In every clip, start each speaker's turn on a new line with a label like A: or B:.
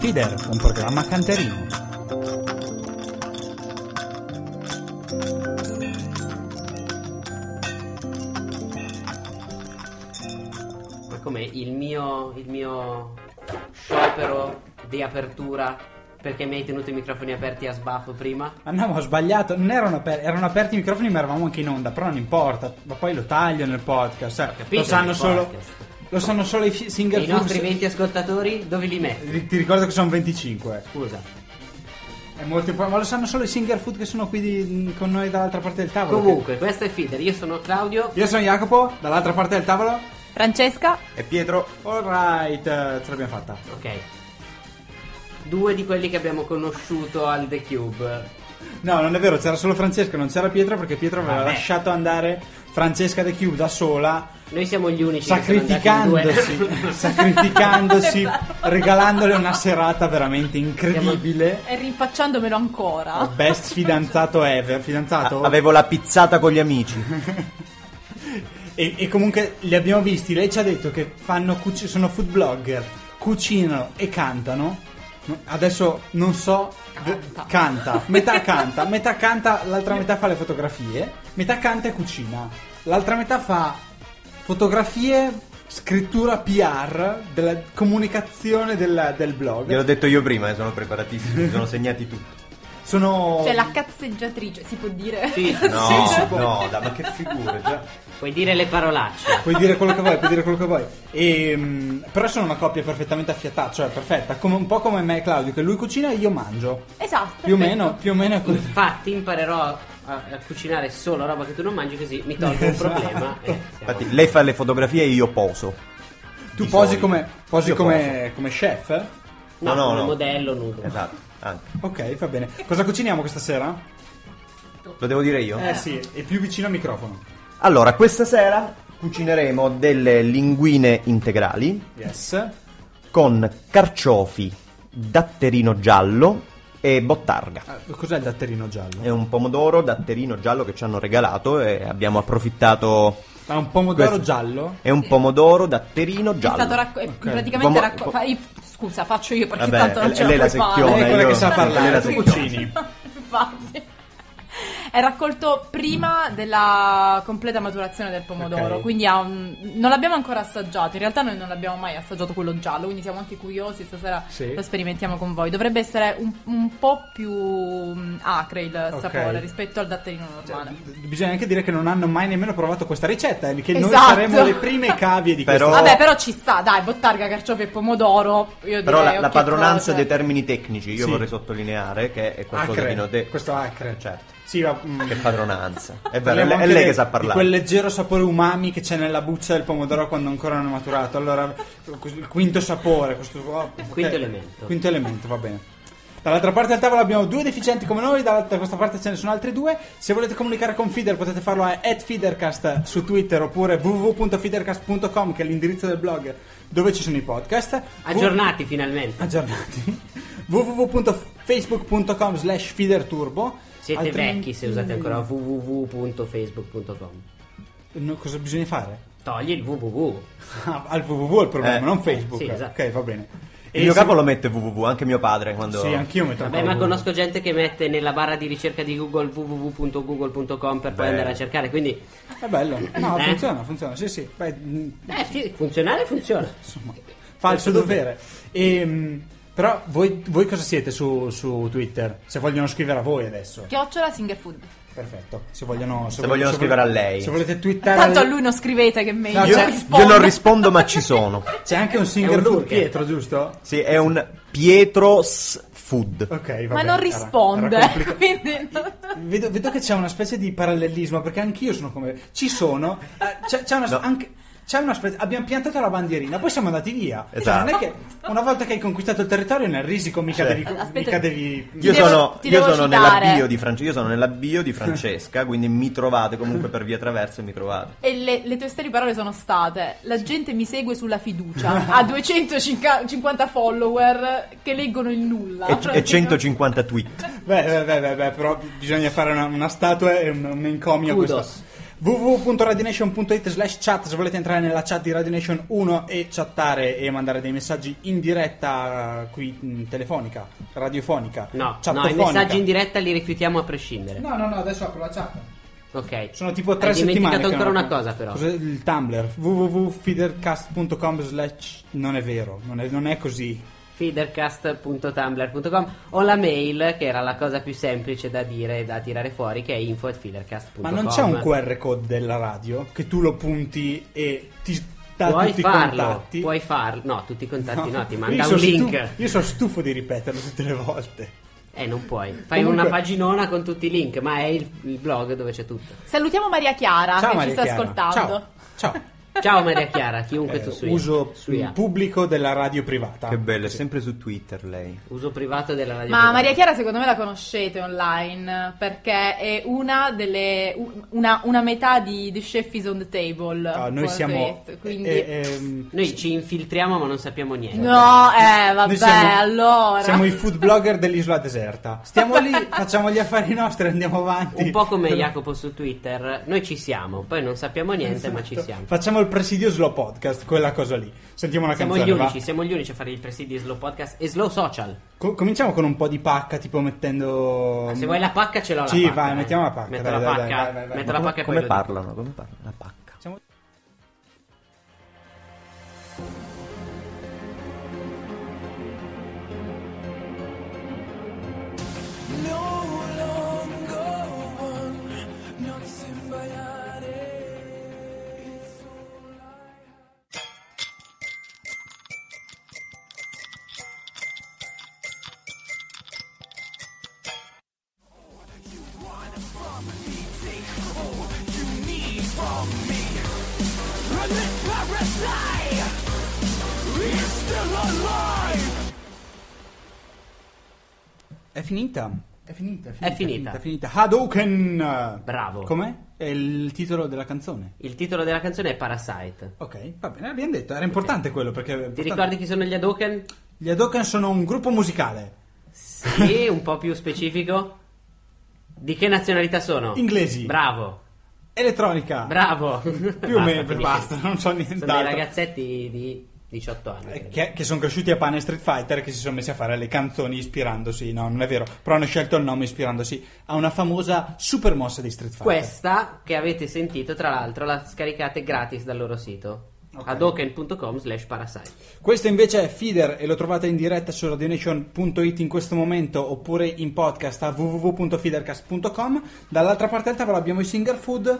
A: Feeder, un programma canterino.
B: Ma come il mio, il mio sciopero di apertura perché mi hai tenuto i microfoni aperti a sbaffo prima?
A: Andiamo, ho sbagliato. Non erano, aper- erano aperti i microfoni, ma eravamo anche in onda. Però non importa. Ma poi lo taglio nel podcast. cioè,
B: capito,
A: lo sanno
B: nel
A: solo.
B: podcast.
A: Lo sanno solo i fi-
B: E
A: single
B: i
A: film-
B: nostri 20 ascoltatori dove li metti?
A: Ti ti ricordo che sono 25.
B: Scusa.
A: È molto importante. Ma lo sanno solo i singer food che sono qui di- con noi dall'altra parte del tavolo.
B: Comunque, questo è Feeder, io sono Claudio.
A: Io sono Jacopo, dall'altra parte del tavolo.
C: Francesca,
D: E Pietro?
A: Alright, eh, ce l'abbiamo fatta.
B: Ok. Due di quelli che abbiamo conosciuto al The Cube.
A: No, non è vero, c'era solo Francesca, non c'era Pietro perché Pietro aveva
B: Vabbè.
A: lasciato andare Francesca De Cube da sola,
B: Noi siamo gli unici che sono andati in due.
A: sacrificandosi, sacrificandosi, regalandole una serata veramente incredibile.
C: e rinfacciandomelo ancora.
A: Best fidanzato ever, fidanzato?
D: Ah, Avevo la pizzata con gli amici.
A: E, e comunque li abbiamo visti, lei ci ha detto che fanno cuci- sono food blogger, cucinano e cantano. No, Adesso non so, v-
C: Canta.
A: canta, metà canta, metà canta, l'altra metà fa le fotografie, metà canta e cucina, l'altra metà fa fotografie, scrittura PR, della comunicazione della- del blog.
D: Gliel'ho detto io prima, eh, sono preparatissimi, mi sono segnati tutti.
A: Sono...
C: Cioè la cazzeggiatrice, si può dire?
B: Sì,
D: No,
A: Sì, si può.
D: no, dai, ma che figure, già.
B: Puoi dire le parolacce.
A: Puoi dire quello che vuoi, puoi dire quello che vuoi. E, mm, però sono una coppia perfettamente affiatata, cioè perfetta, come- un po' come me e Claudio, che lui cucina e io mangio.
C: Esatto.
A: Più o
C: perfetto.
A: meno, più o meno è così.
B: Infatti imparerò a, a cucinare solo roba che tu non mangi così mi tolgo un
A: Esatto.
B: problema. e siamo-
D: Infatti, lei fa le fotografie e io poso.
A: Tu
D: Di
A: posi
D: solito.
A: come, posi
D: Io
A: come, come chef? eh?
B: No,
D: no, no,
B: come
D: no.
B: modello nudo.
D: poso. Esatto, anche.
A: Ok, va bene. Cosa cuciniamo questa sera?
D: Lo devo dire io?
A: Eh sì, è più vicino al microfono.
D: Allora, questa sera cucineremo delle linguine integrali
A: Yes.
D: Ah, con carciofi, datterino giallo e bottarga.
A: Ah, Cos'è il datterino giallo?
D: È un pomodoro datterino giallo che ci hanno regalato e abbiamo approfittato.
A: Ah, un pomodoro
D: Questo.
A: giallo?
D: È un pomodoro datterino
C: È
D: giallo.
C: stato racco- eh, praticamente
D: Uomo-
C: racco- fa- io- Scusa, faccio io perché
D: Vabbè,
C: tanto non
D: è-
C: ce
D: è
C: la
D: lei
C: puoi
D: la
C: fare.
D: secchiona,
A: Lei è quella
D: io-
A: che sa
D: lei
A: parlare,
D: la
A: tu
D: secchiona.
A: cucini.
C: Infatti. È raccolto prima della completa maturazione del pomodoro,
A: Ok.
C: quindi ha un- non l'abbiamo ancora assaggiato. In realtà noi non l'abbiamo mai assaggiato quello giallo, quindi siamo anche curiosi. Stasera
A: Sì.
C: lo sperimentiamo con voi. Dovrebbe essere un, un po' più mm, acre il
A: Ok.
C: sapore rispetto al datterino normale.
A: Cioè, D- Bisogna anche dire che non hanno mai nemmeno provato questa ricetta, eh, che noi
C: Esatto.
A: saremo le prime cavie di
D: Però-
A: questa
C: Vabbè, però ci sta, dai, bottarga, carciofi e pomodoro. Io
D: Però
C: direi
D: la, la
C: occhio e
D: padronanza
C: croce.
D: dei termini tecnici, io
A: Sì.
D: vorrei sottolineare che è qualcosa
A: acre.
D: di note-
A: Questo acre.
D: Certo.
A: Sì, ma, mm,
D: Che padronanza. È vero, è,
A: Parliamo
D: lei- è
A: anche
D: lei
A: de-
D: che sa
A: Di
D: parlare.
A: quel leggero sapore umami che c'è nella buccia del pomodoro quando ancora non è maturato. Allora, il quinto sapore, questo oh, ok.
B: Quinto elemento.
A: Quinto elemento, va bene. Dall'altra parte del tavolo abbiamo due deficienti come noi, dalla- da questa parte ce ne sono altri due. Se volete comunicare con Feeder potete farlo a @feedercast su Twitter oppure www.feedercast.com che è l'indirizzo del blog dove ci sono i podcast.
B: Aggiornati finalmente.
A: Aggiornati. www.facebook.com slash feederturbo
B: Siete
A: Altrimenti-
B: vecchi se usate ancora www.facebook.com.
A: No, cosa bisogna fare?
B: Togli il www.
A: Ah, Al www è il problema,
D: Eh,
A: non Facebook.
B: sì, esatto.
A: Ok, va bene.
D: Il mio
A: se-
D: capo lo mette www, anche mio padre quando...
A: eh, Sì, anch'io metto
B: Vabbè,
A: ancora
B: ma
A: www.
B: conosco gente che mette nella barra di ricerca di Google www.google.com per poi
D: Beh.
B: andare a cercare, quindi
A: È bello. No,
B: Eh?
A: funziona, funziona. Sì, sì. Beh, mh,
B: eh, sì, funzionale funziona.
A: insomma, fa il suo
D: Certo,
A: dovere. Ehm, però voi, voi cosa siete su, su Twitter? Se vogliono scrivere a voi adesso.
C: Chiocciola Singerfood.
A: Perfetto. Se vogliono,
D: Se vogliono scrivere
A: vol-
D: a lei.
A: Se volete twittare
C: Tanto a
A: al-
C: lui non scrivete che meglio.
A: No,
D: Io,
A: cioè,
D: io non
C: rispondo.
D: rispondo ma ci sono.
A: C'è anche un singer
B: un
A: food
B: lurker.
A: Pietro, giusto?
D: Sì, è un Pietros Food.
A: Ok, va bene.
C: Ma non
A: era-
C: risponde.
A: era complicato.
C: quindi non-
A: Vedo, vedo che c'è una specie di parallelismo perché anch'io sono come. Ci sono. eh, c'è, c'è una.
D: No.
A: anche- c'è una specie- abbiamo piantato la bandierina, poi siamo andati via. Cioè,
D: Esatto.
A: non è che una volta che hai conquistato il territorio nel risico mica
D: Cioè.
A: devi.
C: Aspetta.
A: mica devi-
D: Io
C: devo-
D: sono,
C: ti
D: io
C: devo
D: sono nella
C: citare.
D: bio di Francesca, io sono nella bio di Francesca, quindi mi trovate comunque per via traverse, mi trovate.
C: E le, le tue stelle parole sono state: La gente mi segue sulla fiducia. ha 250 follower che leggono il nulla.
D: E,
C: Cioè,
D: e 150 tweet.
A: Beh, beh, beh, beh, beh, però bisogna fare una, una statua e un, un encomio a
B: Kudos.
A: questo. www.radionation.it slash chat se volete entrare nella chat di Radionation 1 e chattare e mandare dei messaggi in diretta eh, qui mh, telefonica, radiofonica.
B: No, no, i
A: chattofonica.
B: messaggi in diretta li rifiutiamo a prescindere.
A: No, no, no, adesso apro la chat.
B: Ok.
A: Sono tipo tre
B: Hai
A: settimane.
B: dimenticato
A: che non
B: ancora una
A: apro.
B: cosa, però.
A: Cos'è il Tumblr? www.feedercast.com slash... Non è vero, non è, non è così.
B: feedercast.tumblr.com o la mail che era la cosa più semplice da dire e da tirare fuori che è info@feedercast.com.
A: Ma non c'è
B: eh.
A: un QR code della radio che tu lo punti e ti dà
B: Puoi
A: tutti
B: farlo,
A: i contatti?
B: puoi farlo. No, tutti i contatti no, ti
A: Io
B: manda un
A: sono
B: link.
A: stu- io sono stufo di ripeterlo tutte le volte.
B: Eh, non puoi. Fai
A: Comunque-
B: una paginona con tutti i link, ma è il, il blog dove c'è tutto.
C: Salutiamo Maria Chiara
A: Ciao
C: che
A: Maria
C: Ah, ci sta
A: Chiara.
C: ascoltando.
A: Ciao. Ciao.
B: Ciao Maria Chiara, chiunque
A: Eh,
B: tu sia.
A: uso
B: sia.
A: pubblico della radio privata.
D: Che bello, è
A: Sì.
D: sempre su Twitter lei.
B: Uso privato della radio.
C: Ma
B: privata.
C: Maria Chiara secondo me la conoscete online perché è una delle u- una, una metà di The Chef is on the Table.
A: Ah, noi
C: Buon
A: siamo
C: Fest, quindi
A: eh, eh, ehm,
B: Noi ci infiltriamo ma non sappiamo niente.
C: No, eh, vabbè,
A: noi siamo-
C: allora.
A: Siamo i food blogger dell'isola deserta. Stiamo lì, facciamo gli affari nostri e andiamo avanti.
B: Un po' come
A: Però-
B: Jacopo su Twitter, noi ci siamo, poi non sappiamo niente ma ci siamo.
A: Esatto. Facciamo il presidio slow podcast, quella cosa lì. Sentiamo una
B: Siamo gli
A: canzone. va?
B: unici, siamo gli unici a fare il presidi di Slow Podcast e Slow Social.
A: Co- cominciamo con un po' di pacca, tipo mettendo.
B: Ah, Se vuoi la pacca ce l'ho la
A: Sì,
B: pacca.
A: vai,
B: dai.
A: mettiamo la pacca,
B: Metto
A: dai,
B: la
A: dai,
B: pacca,
A: dai, vai, vai, vai.
B: metto la pacca e poi
D: Come
B: lo
D: parlano? Come parlano? La pacca.
A: Siamo-
E: No longer one, not symbiotic. It's all I
A: È finita. È finita.
B: È finita.
A: È finita. Hadouken.
B: Bravo.
A: Com'è? È il titolo della canzone.
B: Il titolo della canzone è Parasite.
A: Ok, va bene, abbiamo detto, era importante quello perché... era
B: Ti
A: importante.
B: ricordi chi sono gli Hadouken?
A: Gli Hadouken sono un gruppo musicale.
B: Sì, un po' più specifico. Di che nazionalità sono?
A: Inglesi.
B: Bravo,
A: Elettronica.
B: bravo.
A: Più o meno,
B: finisci.
A: basta, non so
B: Sono dei
A: nient'altro.
B: ragazzetti di 18 anni.
A: Eh,
B: credo.
A: Che, che sono cresciuti a pane e Street Fighter e che si sono messi a fare le canzoni ispirandosi, no, non è vero, però hanno scelto il nome ispirandosi a una famosa super mossa di Street Fighter.
B: Questa che avete sentito, tra l'altro, la scaricate gratis dal loro sito.
A: Ok.
B: Hadouken.com slash parasite.
A: Questo invece è Feeder e lo trovate in diretta su radionation.it in questo momento oppure in podcast a www.feedercast.com. Dall'altra parte del tavolo abbiamo i Singer Food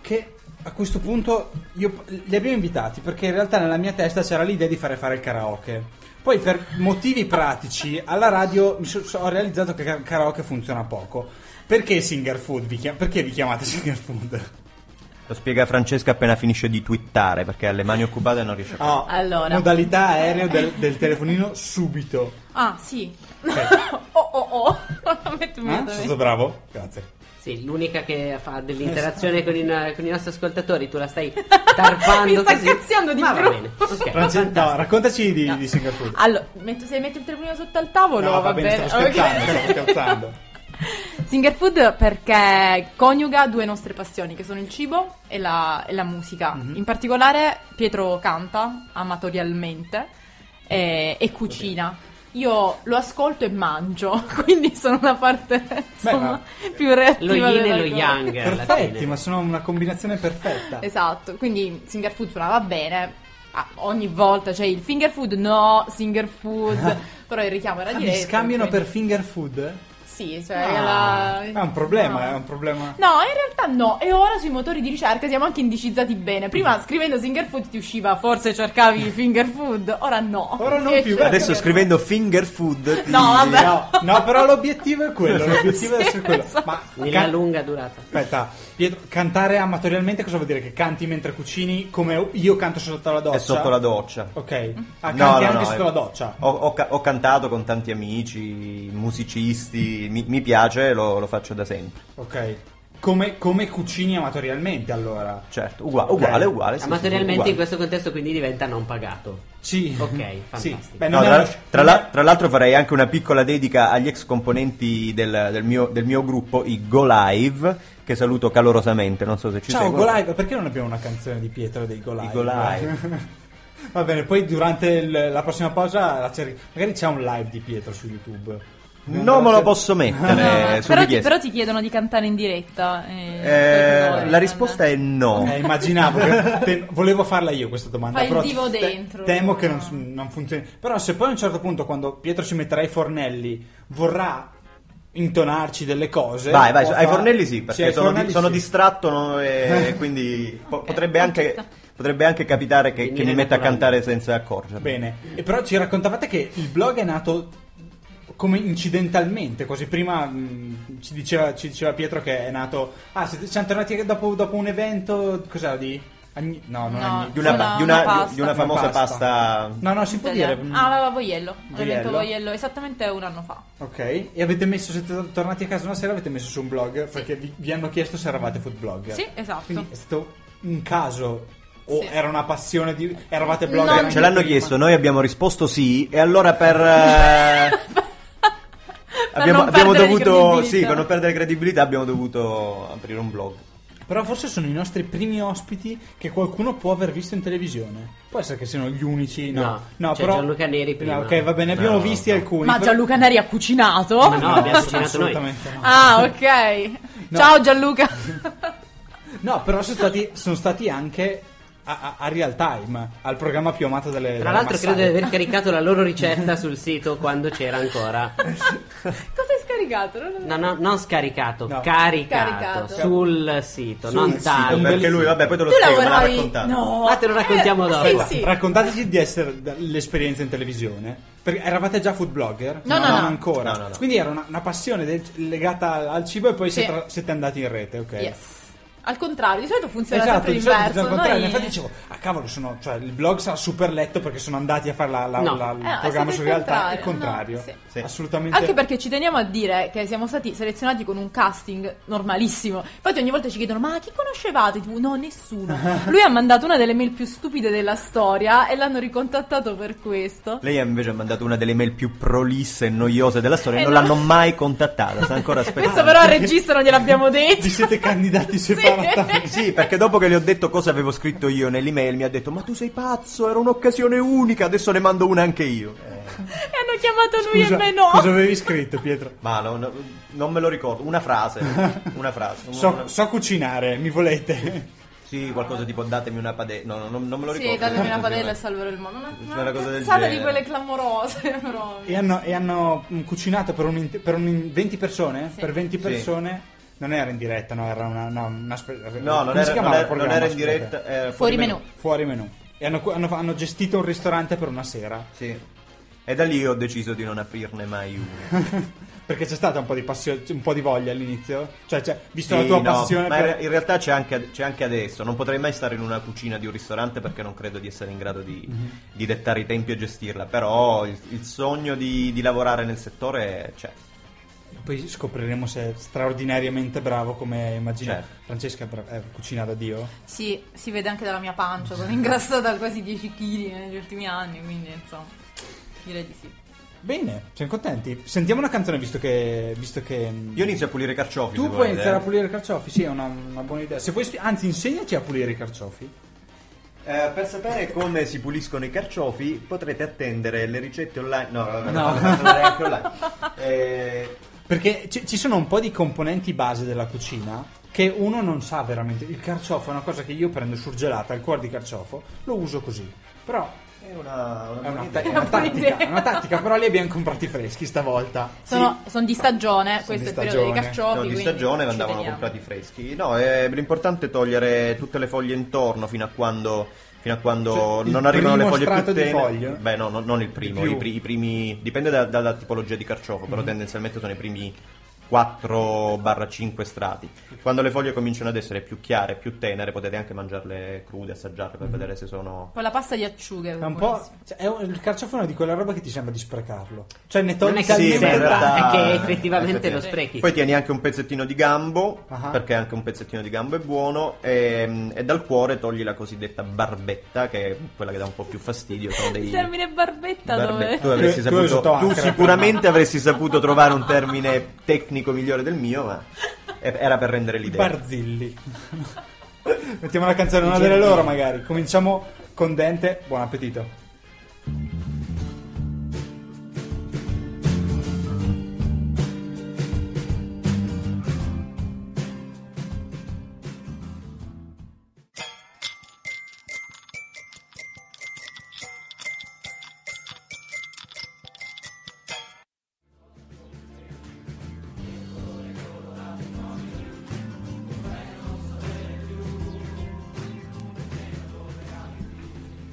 A: che a questo punto io li abbiamo invitati perché in realtà nella mia testa c'era l'idea di fare fare il karaoke. Poi per motivi pratici alla radio mi so- so- ho realizzato che il karaoke funziona poco. Perché Singer Food? Vi chiam- perché vi chiamate Singer Food?
D: Lo spiega Francesca appena finisce di twittare perché ha le mani occupate e non riesce a fare.
A: Oh,
C: Allora.
A: Modalità aereo del- del telefonino subito.
C: Ah, sì.
A: Ok.
C: oh oh oh. Metti un
A: Eh? Sono
C: momento.
A: stato bravo? Grazie.
B: Sì, l'unica che fa dell'interazione
A: Esatto.
B: con, i, con i nostri ascoltazioni, tu la stai
C: Mi
B: tarpando
C: sta
B: così.
C: cazziando di
B: Ma
C: più.
B: va bene. ok,
A: Francesco,
B: fantastico.
A: no, raccontaci di, di Singapore.
C: Allora, metto- se metti il telefonino sotto al tavolo,
A: No, va
C: va,
A: bene,
C: bene.
A: stavo scherzando,
C: ok.
A: stavo scherzando.
C: Singer Food perché coniuga due nostre passioni, che sono il cibo e la, e la musica.
A: Mhm.
C: In particolare Pietro canta amatorialmente e, e cucina. Io lo ascolto e mangio, quindi sono una parte insomma, più
B: Lo
C: reattiva
B: yin e
C: della
B: lo
C: cosa.
B: yang. alla
A: Perfetti,
B: fine.
A: ma sono una combinazione perfetta.
C: Esatto, quindi Singer Food suonava bene. Ah, ogni volta c'è il finger food, no, Singer Food, però il richiamo era
A: Ah, vi
C: diretto.
A: scambiano
C: quindi-
A: per finger food?
C: Sì, cioè
A: Ah,
C: la-
A: È un problema, eh.
C: No.
A: è un problema.
C: No, in realtà no. E ora sui motori di ricerca siamo anche indicizzati bene.
A: Mm.
C: Prima scrivendo finger food ti usciva, forse cercavi finger food, ora no. certo.
A: Ora non
C: Ti
A: più,
C: esce-
A: beh,
D: Adesso scrivendo finger food. ti-
C: No, vabbè.
A: No, no, però l'obiettivo è quello, l'obiettivo è
C: Sì,
A: essere quello.
C: esatto.
A: Ma
B: Nella
A: can-
B: lunga durata.
A: Aspetta, Pietro, cantare amatorialmente cosa vuol dire? Che canti mentre cucini come io canto sotto la doccia?
D: È sotto la doccia.
A: Ok, ah,
D: No,
A: canti
D: no,
A: anche
D: no,
A: sotto
D: è-
A: la doccia.
D: Ho, ho ca- ho cantato con tanti amici, musicisti, mi, mi piace, lo, lo faccio da sempre.
A: Ok. come, come cucini amatorialmente allora.
D: Certo, ugua- uguale, uguale. sì, sì,
B: Amatorialmente
D: uguale.
B: in questo contesto quindi diventa non pagato.
A: Sì.
B: Ok,
A: Sì.
B: fantastico.
A: Beh,
D: No,
A: Eh, non è
D: tra,
A: uno-
D: tra la- tra l'altro farei anche una piccola dedica agli ex componenti del, del mio, del mio gruppo, i Go Live, che saluto calorosamente, non so se ci
A: Ciao
D: seguono.
A: Golive, perché non abbiamo una canzone di Pietro dei Golive?
D: I Go Live.
A: Va bene, poi durante il- la prossima pausa la cerchi- magari c'è un live di Pietro su YouTube.
D: Non me lo posso
C: No,
D: mettere
C: no,
D: su
C: però, ti,
D: richiesta.
C: però ti chiedono di cantare in diretta. eh,
D: Eh,
C: poi
D: la
C: non-
D: risposta è no.
A: Eh, immaginavo, che te- volevo farla io questa domanda.
C: Fai il
A: però
C: divo
A: te-
C: dentro.
A: Temo che
C: No.
A: non, non funzioni. Però se poi a un certo punto, quando Pietro ci metterà i fornelli, vorrà intonarci delle cose.
D: Vai, vai,
A: può
D: ai
A: far-
D: fornelli sì,
A: Sì,
D: perché
A: ai
D: sono, di-
A: fornelli
D: sono
A: sì. Eh.
D: distratto no, e quindi po- potrebbe, anche, potrebbe anche capitare che, che mi
B: Venire
D: metta a
B: naturalmente.
D: cantare senza accorgermi.
A: Bene, e però ci raccontavate che il blog è nato come incidentalmente, così prima mh, ci, diceva, ci diceva Pietro che è nato... Ah, siete- siamo tornati dopo, dopo un evento, cos'era di... Agni- no, non
C: No,
A: Agni-
D: Di una,
C: Una-
D: di una-
C: una pasta.
D: di una famosa
A: pasta.
D: pasta...
A: No, no, si può dire...
C: italiana. Ah, la Voiello.
A: Voiello.
C: L'evento Voiello, esattamente un anno fa.
A: Ok, e avete messo, siete tor- tornati a casa una sera, avete messo su un blog, perché vi, vi hanno chiesto se eravate food blogger.
C: Sì, esatto.
A: Quindi è stato un caso, o
C: Sì.
A: era una passione di... eravate
C: No,
A: blogger?
C: no.
D: Beh,
A: anche
D: ce l'hanno
A: prima?
D: chiesto, noi abbiamo risposto sì e allora per... eh, abbiamo
C: non
D: abbiamo
C: perdere
D: dovuto...
C: credibilità.
D: Sì, per non perdere credibilità abbiamo dovuto aprire un blog.
A: Però forse sono i nostri primi ospiti che qualcuno può aver visto in televisione. Può essere che siano gli unici, no?
B: No, c'è Gianluca Neri prima.
A: No, ok, va bene, abbiamo
D: No,
A: visti
D: no.
A: alcuni.
C: Ma
A: però-
C: Gianluca Neri ha cucinato.
B: Ma no, abbiamo cucinato noi.
A: assolutamente no.
C: Ah, ok.
A: No.
C: Ciao Gianluca.
A: No, però sono stati, sono stati anche a, a- a Real Time, al programma più amato delle
B: Tra
A: delle
B: l'altro
A: massate.
B: credo di aver caricato la loro ricetta sul sito quando c'era ancora.
C: Cosa hai scaricato? Non-
B: No, no, non scaricato,
A: No.
B: caricato,
C: Caricato.
B: sul sito,
A: Sul
B: non
A: sito,
B: dal
A: Ah, Un bel
D: Perché lui,
A: sito.
D: vabbè, poi te lo
C: Tu
D: spiego, me l'ha
C: lavoravi-
D: raccontato.
C: No.
B: Ma te lo raccontiamo
C: Eh,
B: dopo.
C: Sì, sì.
A: Raccontateci di essere d- l'esperienza in televisione. Perché eravate già food blogger?
C: No, no,
A: non
C: no.
A: ancora.
D: No, no, no.
A: Quindi era una, una passione del- legata al- al cibo e poi
C: Sì.
A: siete, siete andati in rete, ok?
C: Yes. Al contrario, di solito funziona
A: Esatto,
C: sempre
A: di solito
C: l'inverso.
A: bisogna contrario.
C: Noi-
A: Infatti dicevo, ah cavolo, sono, cioè, il blog sarà super letto perché sono andati a fare la, la-
B: No.
A: la-
C: Eh,
A: il
C: no, è
A: programma
C: stato
A: su
C: il
A: realtà. È il contrario.
C: contrario, no, sì.
D: Sì.
A: Assolutamente.
C: Anche perché ci teniamo a dire che siamo stati selezionati con un casting normalissimo. Infatti ogni volta ci chiedono "Ma chi conoscevate?" Tipo, "No, nessuno". Lui ha mandato una delle mail più stupide della storia e l'hanno ricontattato per questo.
D: Lei invece ha mandato una delle mail più prolisse e noiose della storia e
C: Eh,
D: non
C: no.
D: l'hanno mai contattata, sta ancora
C: Questo
D: aspettando.
C: però al regista non gliel'abbiamo detto.
A: Vi siete candidati
C: Sì.
A: separatamente.
D: Sì, perché dopo che le ho detto cosa avevo scritto io nell'email mi ha detto "Ma tu sei pazzo, era un'occasione unica, adesso ne mando una anche io". Eh,
C: E hanno chiamato lui
A: Scusa,
C: e me no.
A: Cosa avevi scritto, Pietro?
D: Ma no, no, non me lo ricordo, una frase, una frase. un-
A: So,
D: una-
A: so cucinare, mi volete?
D: Sì, qualcosa tipo datemi una padella. No, no, non, non me lo ricordo.
C: Sì, datemi una padella e salverò il mondo. Una,
D: Una
C: una
D: cosa del
C: cazzata di
D: genere.
C: quelle clamorose, però.
A: E hanno, e hanno, mm, cucinato per, un, int- per un- 20 persone?
C: Sì.
A: Per 20
D: Sì.
A: persone? Non era in diretta, no, era una... No, una spe- eh,
D: No, non
A: come si chiamava
D: era, non era-
A: il programma,
D: non era in
A: scusate?
D: diretta. eh, era
C: Fuori menù.
A: Fuori menù. E hanno, cu- hanno fa- hanno gestito un ristorante per una sera.
D: Sì. E da lì ho deciso di non aprirne mai uno.
A: Perché c'è stata un po' di, passio- un po' di voglia all'inizio? Cioè, cioè, visto la
D: Sì,
A: tua
D: no,
A: passione
D: ma
A: per...
D: in realtà c'è anche, c'è anche adesso. Non potrei mai stare in una cucina di un ristorante perché non credo di essere in grado di, di dettare i tempi e gestirla. Però il, il sogno di, di lavorare nel settore c'è.
A: Poi scopriremo se è straordinariamente bravo come immagino.
D: Certo.
A: Francesca è bra- eh, cucina da Dio.
C: Sì, si vede anche dalla mia pancia, sono ingrassata quasi 10 kg negli ultimi anni, quindi insomma, direi di sì.
A: Bene, siamo contenti. Sentiamo una canzone visto che... Visto che mm,
D: Io inizio a pulire i carciofi.
A: Tu
D: se
A: puoi
D: volete,
A: iniziare
D: eh.
A: a pulire i carciofi, sì, è una, una buona idea. Se puoi spi- anzi, insegnaci a pulire i carciofi.
D: Eh, per sapere come si puliscono i carciofi potrete attendere le ricette online. No, vabbè,
A: No.
D: non faccio vedere anche online. Eh,
A: Perché ci, ci sono un po' di componenti base della cucina che uno non sa veramente. Il carciofo è una cosa che io prendo surgelata, il cuore di carciofo, lo uso così. Però
D: è una, una
A: è una,
D: buona idea.
A: è
C: Una
A: una
C: buona
A: tattica,
C: idea.
A: è una tattica, però li abbiamo comprati freschi stavolta.
C: Sono, sono di stagione,
A: Sono
C: questo
A: di
C: è il periodo dei
A: stagione.
C: carciofi.
D: No, di
C: quindi
D: stagione
C: ci
D: andavano
C: teniamo.
D: comprati freschi. No, è l'importante è togliere tutte le foglie intorno fino a quando, fino a quando
A: Cioè, il
D: non arrivano le
A: primo
D: foglie più
A: strato di
D: tenere.
A: foglie?
D: Beh, no, no, non il
A: Di
D: primo,
A: più. Mhm.
D: i, pri- i primi dipende da- dalla tipologia di carciofo, però tendenzialmente sono i primi 4-5 strati. Quando le foglie cominciano ad essere più chiare, più tenere, potete anche mangiarle crude, assaggiarle
A: Mhm.
D: per vedere se sono...
C: Con la pasta di acciughe.
A: È un po'.
C: buonissimo.
A: cioè, è un- il carciofone è di quella roba che ti sembra di sprecarlo. Cioè, ne
B: Non
A: togli
B: è che
A: talmente
B: mi sembra,
A: tanta-
D: realtà-
B: è che effettivamente
D: effettivamente.
B: lo sprechi.
D: Poi tieni anche un pezzettino di gambo,
A: Ah.
D: perché anche un pezzettino di gambo è buono, e, e dal cuore togli la cosiddetta barbetta, che è quella che dà un po' più fastidio. Sono dei...
C: Il termine barbetta
D: Barbe- Tu,
C: dove?
D: avresti
A: Tu- tu hai
D: saputo-
A: usato
D: tu
A: anche la
D: sicuramente avresti saputo trovare un termine tecnico migliore del mio, ma e- era per rendere
A: I
D: l'idea.
A: barzilli. Mettiamo la canzone, una delle loro magari. Cominciamo con Dente. Buon appetito.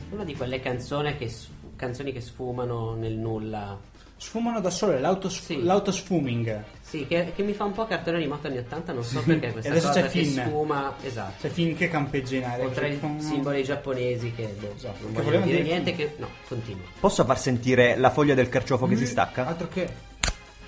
B: Una di quelle canzoni che, sf- canzoni che sfumano nel nulla.
A: Sfumano da sole, l'autosf-
B: Sì.
A: l'autosfuming.
B: Sì, che, che mi fa un po' cartone animato anni 80, non so
A: Sì.
B: perché
A: E
B: questa
A: adesso
B: cosa
A: c'è
B: che
A: Finn.
B: sfuma, esatto.
A: Cioè, finché campeggia in aria. Cioè,
B: O tra i
A: Così,
B: simboli giapponesi che boh,
A: Esatto,
B: non
A: che
B: vogliono
A: volevano
B: dire
A: dire
B: niente che no, continua.
D: Posso far sentire la foglia del carciofo
A: Mm.
D: che si stacca?
A: Altro che.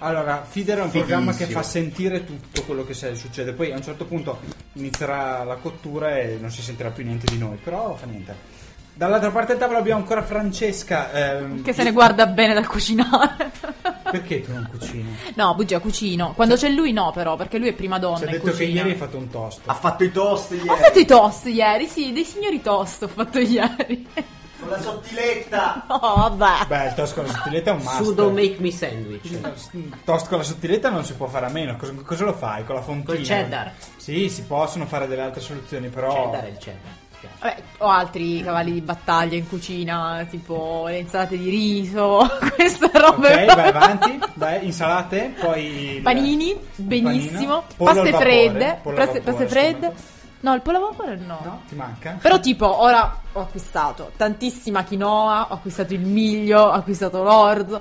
A: Allora, Feeder è un programma che
D: Fighissimo.
A: fa sentire tutto quello che se- succede. Poi a un certo punto inizierà la cottura e non si sentirà più niente di noi. Però fa niente. Dall'altra parte del tavolo abbiamo ancora Francesca. ehm,
C: Che se ne guarda bene dal cucinare.
A: Perché tu non cucini?
C: No, bugia, cucino. Quando c'è lui no, però, perché lui è prima donna
A: Ci ha
C: in
A: detto che
C: cucina.
A: ieri hai fatto un toast.
B: Ah.
D: Ha fatto i tosti
C: Ho fatto i toast ieri, sì, dei signori toast ho fatto ieri.
D: con la sottiletta.
C: No, vabbè.
A: Beh, il toast con la sottiletta è un must.
B: Sudo make me sandwich.
A: Il toast con la sottiletta non si può fare a meno. Cosa, cosa lo fai? Con la fontina?
B: Col cheddar.
A: Sì, si possono fare delle altre soluzioni, però...
B: Cheddar è il cheddar. chiaro.
C: Vabbè, ho altri cavalli di battaglia in cucina, tipo le insalate di riso, queste robe.
A: Ok, vai avanti. Dai, insalate, poi... il-
C: Panini,
A: il
C: benissimo.
A: panino. Pollo al
C: Paste
A: vapore,
C: fredde,
A: pollo al
C: paste,
A: vapore,
C: paste fredde.
A: secondo
C: No, il pollo a vapore no.
A: me. No? Ti manca?
C: Però tipo, ora ho acquistato tantissima quinoa, ho acquistato il miglio, ho acquistato l'orzo,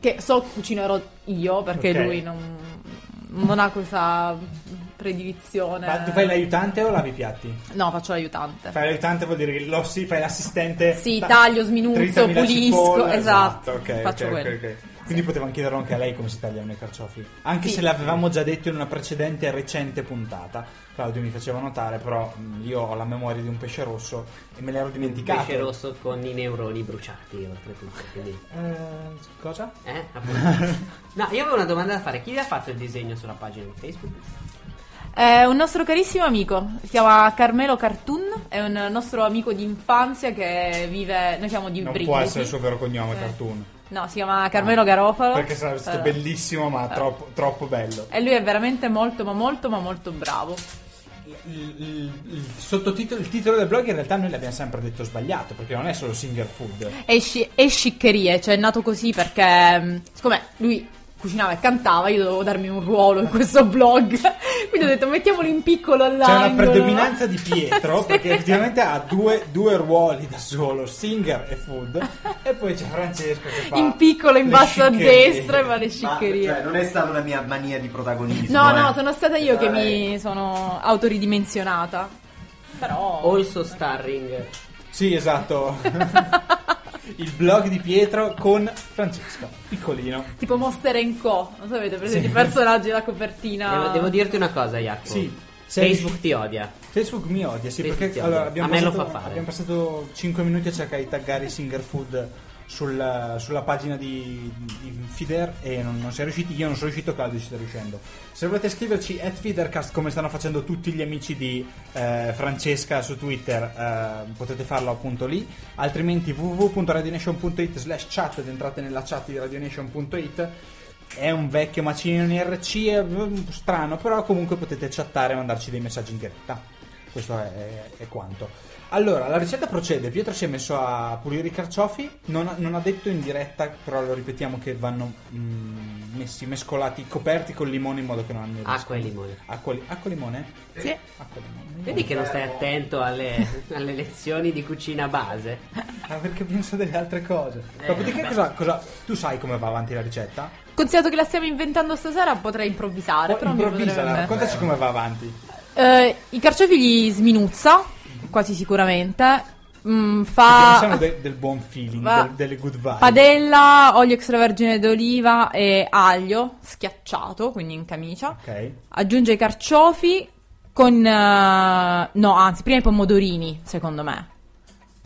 C: che so cucinerò io perché
A: Ok.
C: lui non, non ha questa predilizione.
A: Ma tu fai l'aiutante o lavi i piatti?
C: No, faccio l'aiutante.
A: Fai l'aiutante vuol dire che lo sì, fai l'assistente...
C: Sì,
A: Ta-
C: taglio, sminuzzo,
A: 30.000
C: pulisco,
A: cipolle,
C: esatto,
A: ok,
C: faccio
A: ok, ok,
C: quello.
A: ok. Quindi potevamo chiederlo anche a lei come si tagliano i carciofi. Anche
C: Sì.
A: se l'avevamo già detto in una precedente recente puntata. Claudio mi faceva notare, però mh, io ho la memoria di un pesce rosso e me l'ero dimenticato.
B: Pesce rosso con i neuroni bruciati, oltretutto. Quindi.
A: Eh, cosa?
B: Eh? appunto. no, io avevo una domanda da fare. Chi ha fatto il disegno sulla pagina di Facebook?
C: È Eh, un nostro carissimo amico, si chiama Carmelo Cartoon, è un nostro amico di infanzia che vive, noi siamo di
A: Non
C: Brindisi.
A: può essere il suo vero cognome,
C: Eh.
A: cartoon.
C: No, si chiama Carmelo Garofalo.
A: Perché sarebbe stato
C: Eh,
A: bellissimo, ma troppo, troppo bello.
C: E lui è veramente molto, ma molto, ma molto bravo.
A: Eh, Il, il- il sottotitolo, il titolo del blog in realtà noi l'abbiamo sempre detto sbagliato, perché non è solo Singer Food.
C: E, sci- e sciccherie, cioè è nato così perché, mh, siccome lui cucinava e cantava, io dovevo darmi un ruolo in questo blog. Quindi ho detto mettiamolo in piccolo
A: C'è
C: all'angolo.
A: una predominanza di Pietro,
C: Sì.
A: perché effettivamente ha due, due ruoli da solo, Singer e Food, e poi c'è Francesco che fa...
C: In piccolo, in
A: le
C: basso a
A: sciccherie. cioè,
C: destra e va le sciccherie.
D: cioè, non è stata una mia mania di protagonismo.
C: No,
D: eh.
C: no, sono stata io che
D: Dai.
C: mi sono autoridimensionata. Però.
B: Also starring.
A: Sì, esatto. Il blog di Pietro con Francesco, piccolino.
C: Tipo Monster Co. Non so, avete preso i personaggi della copertina.
B: Devo, devo dirti una cosa, Jacopo.
A: Sì, sei-
B: Facebook ti odia.
A: Facebook mi odia, sì,
B: Facebook ti
A: perché
B: odia.
A: allora, abbiamo,
B: A me lo
A: passato,
B: fa fare.
A: abbiamo passato 5 minuti a cercare di taggare i Singer Food sulla, sulla pagina di, di Feeder e non, non si è riusciti, io non sono riuscito, Claudio ci sta riuscendo. Se volete scriverci at Feedercast come stanno facendo tutti gli amici di eh, Francesca su Twitter, eh, potete farlo appunto lì, altrimenti www.radionation.it slash chat ed entrate nella chat di radionation.it. È un vecchio macino in RC, è mm, strano, però comunque potete chattare e mandarci dei messaggi in diretta. Questo è, è quanto. Allora, la ricetta procede. Pietro si è messo a pulire i carciofi. Non ha, non ha detto in diretta, però lo ripetiamo, che vanno mm, messi, mescolati, coperti col limone in modo che non hanno il
B: Acqua e
A: rischio.
B: limone.
A: Acqua, li- acqua e limone?
C: Sì.
A: Acqua e limone.
B: Vedi che non stai attento alle, alle lezioni di cucina base.
A: Ah, perché penso delle altre cose.
B: Eh,
A: Dopodiché,
B: beh.
A: cosa, cosa- tu sai come va avanti la ricetta?
C: Considerato che la stiamo inventando stasera, potrei
A: Poi
C: improvvisare. Ah, però mi
A: improvvisa,
C: potrebbe-
A: raccontaci come va avanti.
C: Eh, I carciofi li sminuzza, quasi sicuramente. Mm,
A: Perché
C: fa.
A: siamo de- del buon feeling,
C: va-
A: del- delle good vibe.
C: Padella, olio extravergine d'oliva e aglio schiacciato, quindi in camicia.
A: Ok.
C: Aggiunge i carciofi con... eh, no, anzi, prima i pomodorini, secondo me.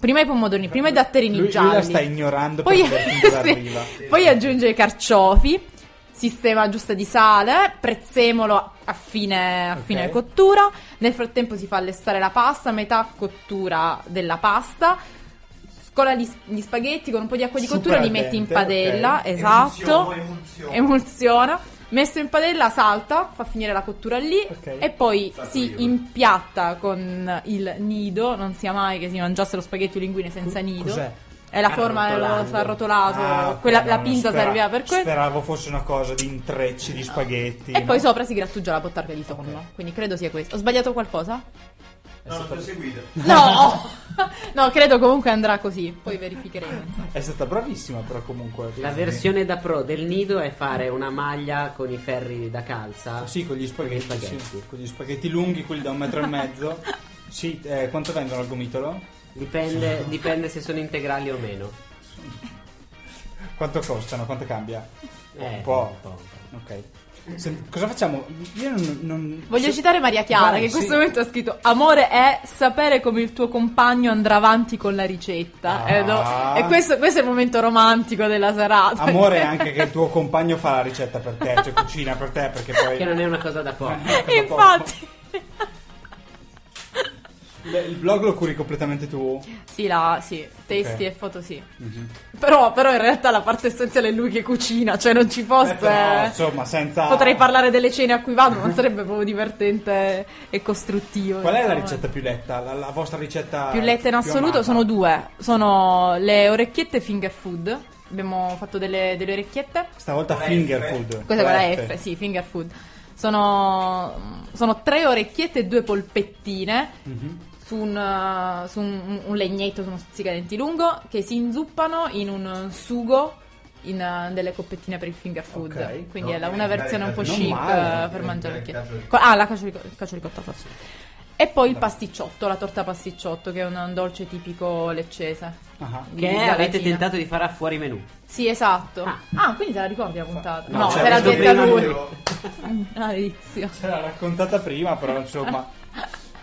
C: Prima i pomodorini, prima i datterini
A: Lui- lui
C: gialli.
A: la sta ignorando per
C: poi,
A: vedere fin dove
C: sì.
A: arriva.
C: Poi aggiunge i carciofi, sistema giusta di sale, prezzemolo a fine, a
A: Ok.
C: fine cottura. Nel frattempo si fa allestare la pasta, metà cottura della pasta. Scola gli, gli spaghetti con un po' di acqua di
A: Super
C: cottura, li
A: al
C: metti in
A: dente,
C: padella,
A: ok.
C: esatto.
D: Emulsiono, emulsiono.
C: Emulsiona. Messo in padella, salta, fa finire la cottura lì
A: Ok.
C: e poi
D: Salto
C: si
D: io.
C: impiatta con il nido. Non sia mai che si mangiassero spaghetti o linguine senza
A: Co-
C: nido.
A: cos'è?
C: È la forma dello
B: Arrotolando.
C: arrotolato,
A: Ah, ok,
C: quella-
A: no,
C: la
A: no,
C: pinza
A: spera-
C: serviva per quello.
A: Speravo fosse una cosa di intrecci di spaghetti.
C: E
A: no?
C: poi sopra si grattugia la bottarga di tonno.
A: Ok.
C: Quindi credo sia questo. Ho sbagliato qualcosa?
B: È stato-
D: seguito.
C: No! no, credo comunque andrà così. Poi verificheremo. insomma.
A: È stata bravissima, però comunque.
B: La versione da pro del nido è fare una maglia con i ferri da calza.
A: Sì, con gli spaghetti.
B: Con gli spaghetti.
A: sì. Con gli spaghetti lunghi, quelli da un metro e mezzo. Sì, eh, quanto vengono al gomitolo?
B: Dipende, dipende se sono integrali o meno.
A: Quanto costano? Quanto cambia?
B: Eh,
A: un po'.
B: un po'.
A: Ok. Senti, cosa facciamo? Io non. non-
C: Voglio
A: se-
C: citare Maria Chiara
A: Vai,
C: che in questo
A: sì.
C: momento ha scritto Amore è sapere come il tuo compagno andrà avanti con la ricetta.
A: Ah.
C: Eh, no. E questo, questo è il momento romantico della serata.
A: Amore è anche che il tuo compagno fa la ricetta per te, cioè cucina per te, perché poi.
B: Che non è una cosa da poco.
C: Infatti.
A: Le- Il blog lo curi completamente tu.
C: Sì, la, sì, testi
A: Ok. Mhm.
C: e foto sì. Però, però in realtà la parte essenziale è lui che cucina, cioè non ci fosse...
A: Eh,
C: eh.
A: Però, insomma, senza.
C: Potrei parlare delle cene a cui vado, non sarebbe proprio divertente e costruttivo.
A: Qual è la
C: insomma.
A: ricetta più letta? La, la vostra ricetta.
C: Più letta in assoluto
A: amata?
C: sono due. Sono le orecchiette finger food. Abbiamo fatto delle, delle orecchiette.
A: Stavolta
D: Con la
A: finger
D: F.
A: food.
C: Questa è quella F, sì, finger food. Sono, sono tre orecchiette e due polpettine
A: Mhm.
C: su un, eh, su un, un legnetto, su uno stuzzicadenti lungo, che si inzuppano in un sugo in eh, delle coppettine per il finger food.
A: Ok.
C: Quindi
D: No,
C: è la- una
D: diventare
C: versione un po'
D: il
A: cacio-
C: chic
A: non male,
C: eh, per
D: diventare
C: mangiare
D: il
C: il
D: cacio di-
C: chiacchio. Ah, la cacio di, co- il cacio di cotta forse. E poi il pasticciotto, la torta pasticciotto, che è un dolce tipico leccese.
A: Ah.
C: di
B: Che
C: Galatina.
B: avete tentato di fare a fuori menù.
C: Sì, esatto.
B: Ah.
C: Ah, quindi te la ricordi la puntata?
A: No,
C: No,
A: cioè,
C: te l'ha
A: questo
C: detta
A: prima
C: lui.
A: io-
C: Ah, vizio.
A: Ce l'ha raccontata prima, però insomma.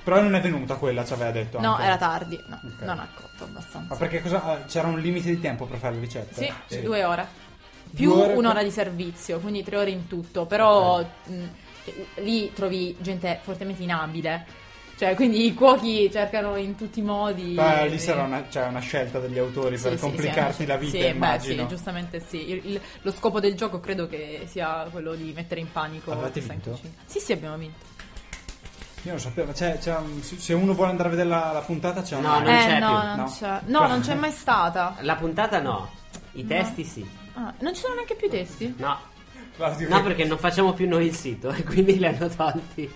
A: però non è venuta quella, ci aveva detto.
C: No,
A: Cioè, anche.
C: era tardi. No,
A: Ok.
C: non ha cotto abbastanza.
A: Ma perché cosa- ah, c'era un limite di tempo per fare la ricetta?
C: Sì, due ore. Più
A: Eh, Due ore
C: un'ora
A: per-
C: di servizio, quindi tre ore in tutto. Però
A: Ok.
C: mh, cioè, lì trovi gente fortemente inabile. Cioè, quindi i cuochi cercano in tutti i modi.
A: Beh, lì sarà una, c'è una scelta degli autori
C: Sì,
A: per
C: sì,
A: complicarti
C: sì.
A: la vita,
C: Sì,
A: immagino.
C: Beh, sì, giustamente sì. Il- il- lo scopo del gioco credo che sia quello di mettere in panico.
A: Avete
C: chi sta in
A: vinto?
C: cucina. Sì, sì, abbiamo vinto.
A: Io non sapevo, c'è- c'è un- se- se uno vuole andare a vedere la, la puntata c'è
B: No,
A: una...
B: non
C: eh,
B: c'è
C: no,
B: più,
C: non
A: no.
C: c'è. No, non
A: Cioè.
C: c'è mai stata.
B: La puntata no, i testi sì.
C: Ah, non ci sono neanche più i testi?
B: No,
C: Eh.
A: Claudio,
B: no
A: che-
B: perché non facciamo più noi il sito e quindi li hanno tolti.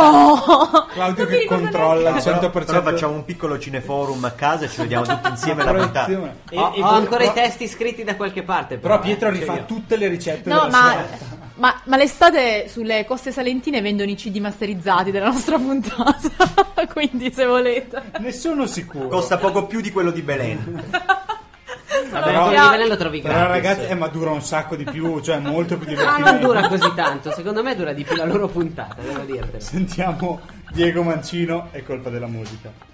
C: No!
A: Claudio
C: Non mi
A: che
C: ricordo
A: controlla il 100%.
D: però, però facciamo un piccolo cineforum a casa e ci vediamo tutti insieme la puntata.
A: proiezione. E-
B: Ho,
A: e-
B: ho ancora
A: però-
B: i testi scritti da qualche parte. Però,
A: Però Pietro
B: eh, ce
A: rifà
B: li ho.
A: tutte le ricette
C: No,
A: della
C: ma,
A: serata.
C: ma, ma l'estate sulle coste salentine vendono i CD masterizzati della nostra puntata. Quindi, se volete,
A: Ne sono sicuro.
D: Costa poco più di quello di Belen.
C: sono
B: Vabbè,
A: però-
B: il
C: già-
B: livello lo trovi
A: Però
B: gratis.
A: ragazzi, eh, ma dura un sacco di più, cioè molto più
B: Ma
A: divertente.
B: Ah, non dura così tanto, secondo me dura di più la loro puntata, devo dirtelo.
A: Sentiamo Diego Mancino, è colpa della musica.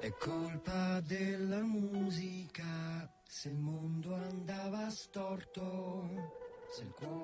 E: È colpa della musica se il mondo andava storto. Se il cuore...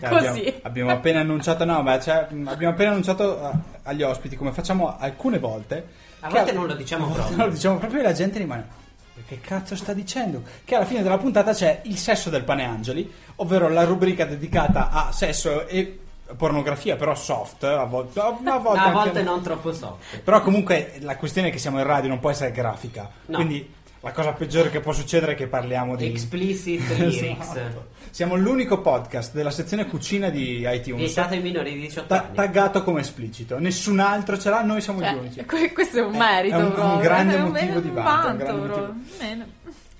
A: Eh,
C: Così.
A: Abbiamo, abbiamo appena annunciato, no, ma cioè, mh, abbiamo appena annunciato eh, agli ospiti come facciamo alcune volte.
B: A
A: che
B: volte non lo diciamo
A: a volte
B: proprio.
A: Non lo diciamo proprio e la gente rimane. Che cazzo sta dicendo? Che alla fine della puntata c'è il sesso del pane angeli, ovvero la rubrica dedicata a sesso e pornografia, però soft, a volte, a volte,
B: No, a
A: anche-
B: volte non troppo soft.
A: Però comunque la questione è che siamo in radio, non può essere grafica.
B: No.
A: Quindi la cosa peggiore che può succedere è che parliamo di...
B: Explicit lyrics.
A: Esatto. Siamo l'unico podcast della sezione cucina di iTunes
B: Vietato ai minori di 18
A: ta-
B: anni.
A: taggato come esplicito. Nessun altro ce l'ha, noi siamo gli unici.
C: Cioè, que- questo è un merito,
A: è un- un
C: proprio.
A: grande
C: È un-
A: motivo
C: è un
A: di vanto, un grande
C: vanto,
A: motivo.
C: proprio. Bene.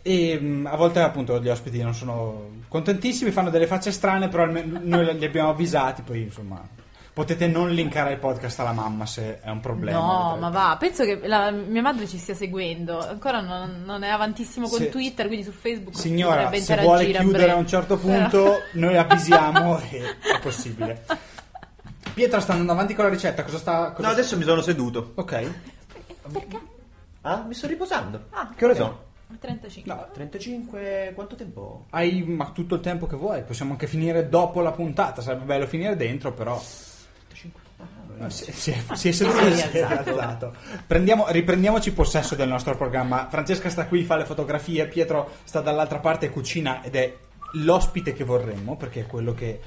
A: E mh, a volte appunto gli ospiti non sono contentissimi, fanno delle facce strane, però almeno noi li abbiamo avvisati, poi insomma potete non linkare il podcast alla mamma se è un problema.
C: No,
A: Vedrete.
C: ma va, penso che la- mia madre ci stia seguendo, ancora non, non è avantissimo con
A: Se-
C: Twitter, quindi su Facebook
A: Signora,
C: potrebbe
A: se
C: interagire
A: vuole
C: a
A: chiudere
C: breve.
A: a un certo punto,
C: Però-
A: noi avvisiamo e è possibile. Pietro sta andando avanti con la ricetta, cosa sta... cosa-
D: No, adesso mi sono seduto.
A: Ok,
C: Perché?
D: Ah, mi sto riposando.
C: Ah,
D: che ore
A: ok.
D: sono?
C: 35.
A: No.
D: 35. Quanto tempo?
A: hai ma, tutto il tempo che vuoi, possiamo anche finire dopo la puntata, sarebbe bello finire dentro, però... Eh, Si, si è, si è seduto e si è rialzato. Prendiamo- riprendiamoci possesso del nostro programma. Francesca sta qui, fa le fotografie, Pietro sta dall'altra parte e cucina ed è l'ospite che vorremmo, perché è quello che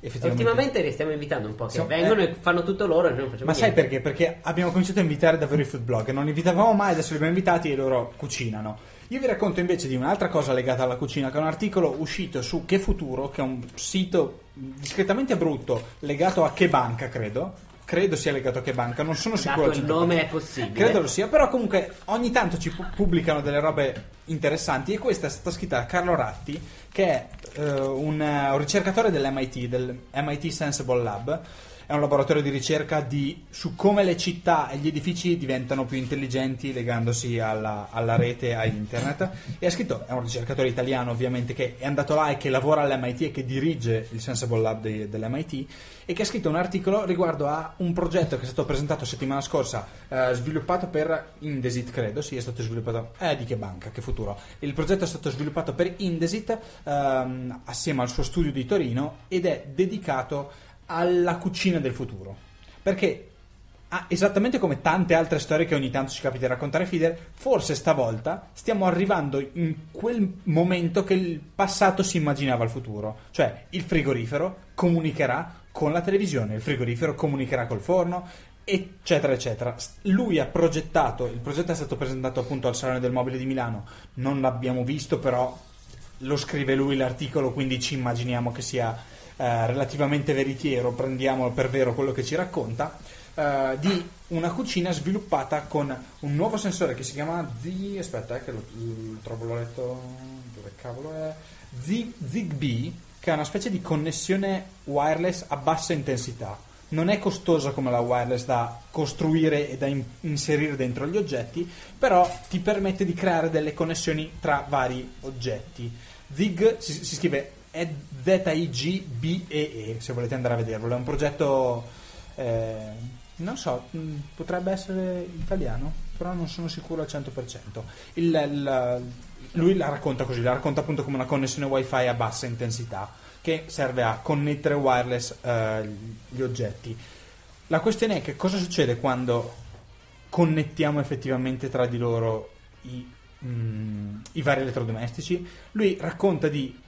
A: effettivamente...
B: Ultimamente li stiamo invitando un po', che
A: Siamo-
B: vengono
A: eh.
B: e fanno tutto loro e noi non facciamo
A: Ma sai
B: niente.
A: perché? Perché abbiamo cominciato a invitare davvero i food blog, non li invitavamo mai, adesso li abbiamo invitati e loro cucinano. Io vi racconto invece di un'altra cosa legata alla cucina, che è un articolo uscito su Che Futuro, che è un sito discretamente brutto, legato a Che Banca, credo. Credo sia legato a Che Banca, non sono sicuro.
B: Dato
A: al
B: il
A: 100%.
B: nome è possibile.
A: Credo lo sia, però comunque ogni tanto ci pu- pubblicano delle robe interessanti e questa è stata scritta da Carlo Ratti, che è eh, un, eh, un ricercatore dell'MIT, del MIT Sensible Lab. È un laboratorio di ricerca di- su come le città e gli edifici diventano più intelligenti legandosi alla, alla rete e a internet. E ha scritto, è un ricercatore italiano ovviamente che è andato là e che lavora all'MIT e che dirige il Sensible Lab de- dell'MIT e che ha scritto un articolo riguardo a un progetto che è stato presentato settimana scorsa, eh, sviluppato per Indesit, credo, sì, è stato sviluppato, eh, di che banca, che futuro. Il progetto è stato sviluppato per Indesit ehm, assieme al suo studio di Torino ed è dedicato alla cucina del futuro, perché ah, esattamente come tante altre storie che ogni tanto ci capita di raccontare Fider, forse stavolta stiamo arrivando in quel momento che il passato si immaginava al futuro. Cioè, il frigorifero comunicherà con la televisione, il frigorifero comunicherà col forno, eccetera, eccetera. S- Lui ha progettato, il progetto è stato presentato appunto al Salone del Mobile di Milano, non l'abbiamo visto però lo scrive lui l'articolo, quindi ci immaginiamo che sia eh, relativamente veritiero, prendiamolo per vero quello che ci racconta, eh, di una cucina sviluppata con un nuovo sensore che si chiama Z... aspetta eh, che lo, lo trovo, l'ho letto... dove cavolo è? Z, Zigbee, che è una specie di connessione wireless a bassa intensità. Non è costosa come la wireless da costruire e da in- inserire dentro gli oggetti, però ti permette di creare delle connessioni tra vari oggetti. Zig si, si scrive ZIGBEE, se volete andare a vederlo. È un progetto, eh, non so, mh, potrebbe essere italiano, però non sono sicuro al 100%. Il- il- lui la racconta così, la racconta appunto come una connessione wifi a bassa intensità, che serve a connettere wireless eh, gli oggetti. La questione è che cosa succede quando connettiamo effettivamente tra di loro i, mm, i vari elettrodomestici. Lui racconta di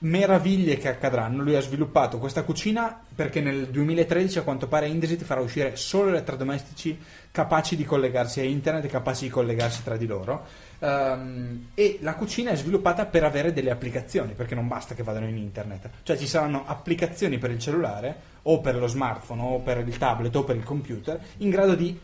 A: meraviglie che accadranno. Lui ha sviluppato questa cucina perché nel 2013 a quanto pare Indesit farà uscire solo elettrodomestici capaci di collegarsi a internet e capaci di collegarsi tra di loro. Ehm, e la cucina è sviluppata per avere delle applicazioni, perché non basta che vadano in internet. Cioè ci saranno applicazioni per il cellulare o per lo smartphone o per il tablet o per il computer in grado di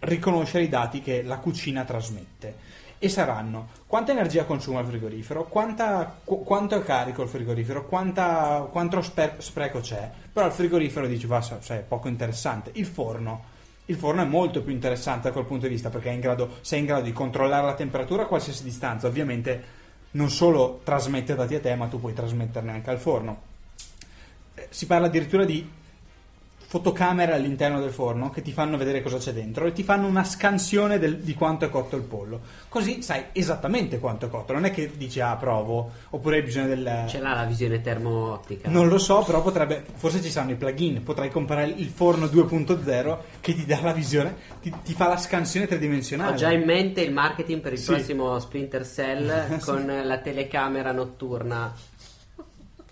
A: riconoscere i dati che la cucina trasmette. E saranno quanta energia consuma il frigorifero, quanta- qu- quanto è carico il frigorifero, quanta- quanto spe- spreco c'è. Però il frigorifero dici, va, sai, sai, è poco interessante. Il forno. Il forno è molto più interessante da quel punto di vista perché è in grado- sei in grado di controllare la temperatura a qualsiasi distanza. Ovviamente non solo trasmette dati a te, ma tu puoi trasmetterne anche al forno. Eh, Si parla addirittura di fotocamere all'interno del forno che ti fanno vedere cosa c'è dentro e ti fanno una scansione del- di quanto è cotto il pollo. Così sai esattamente quanto è cotto. Non è che dici ah provo oppure hai bisogno del...
B: Ce l'ha la visione termo-ottica.
A: Non lo so, però potrebbe. Forse ci saranno i plugin. Potrai comprare il forno 2.0 che ti dà la visione, ti, ti fa la scansione tridimensionale.
B: Ho già in mente il marketing per il
A: Sì.
B: prossimo Splinter Cell con la telecamera notturna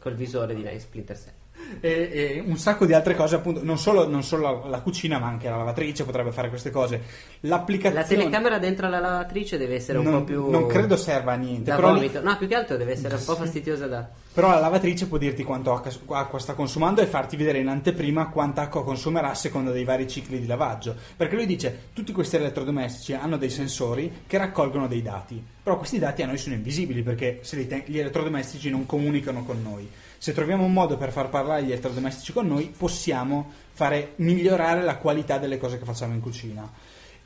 B: col visore di lei Splinter Cell.
A: e, e un sacco di altre cose, appunto, non solo, non solo la, la cucina, ma anche la lavatrice potrebbe fare queste cose.
B: La
A: L'applicazione
B: telecamera dentro la lavatrice deve essere un
A: non,
B: po' più.
A: non credo serva a niente,
B: da
A: però, lì-
B: vomito. No, più che altro deve essere un po' fastidiosa da.
A: però la lavatrice può dirti quanto acqua, acqua sta consumando e farti vedere in anteprima quanta acqua consumerà a seconda dei vari cicli di lavaggio. Perché lui dice: tutti questi elettrodomestici hanno dei sensori che raccolgono dei dati, però questi dati a noi sono invisibili perché se li ten- gli elettrodomestici non comunicano con noi. Se troviamo un modo per far parlare gli elettrodomestici con noi, possiamo fare migliorare la qualità delle cose che facciamo in cucina.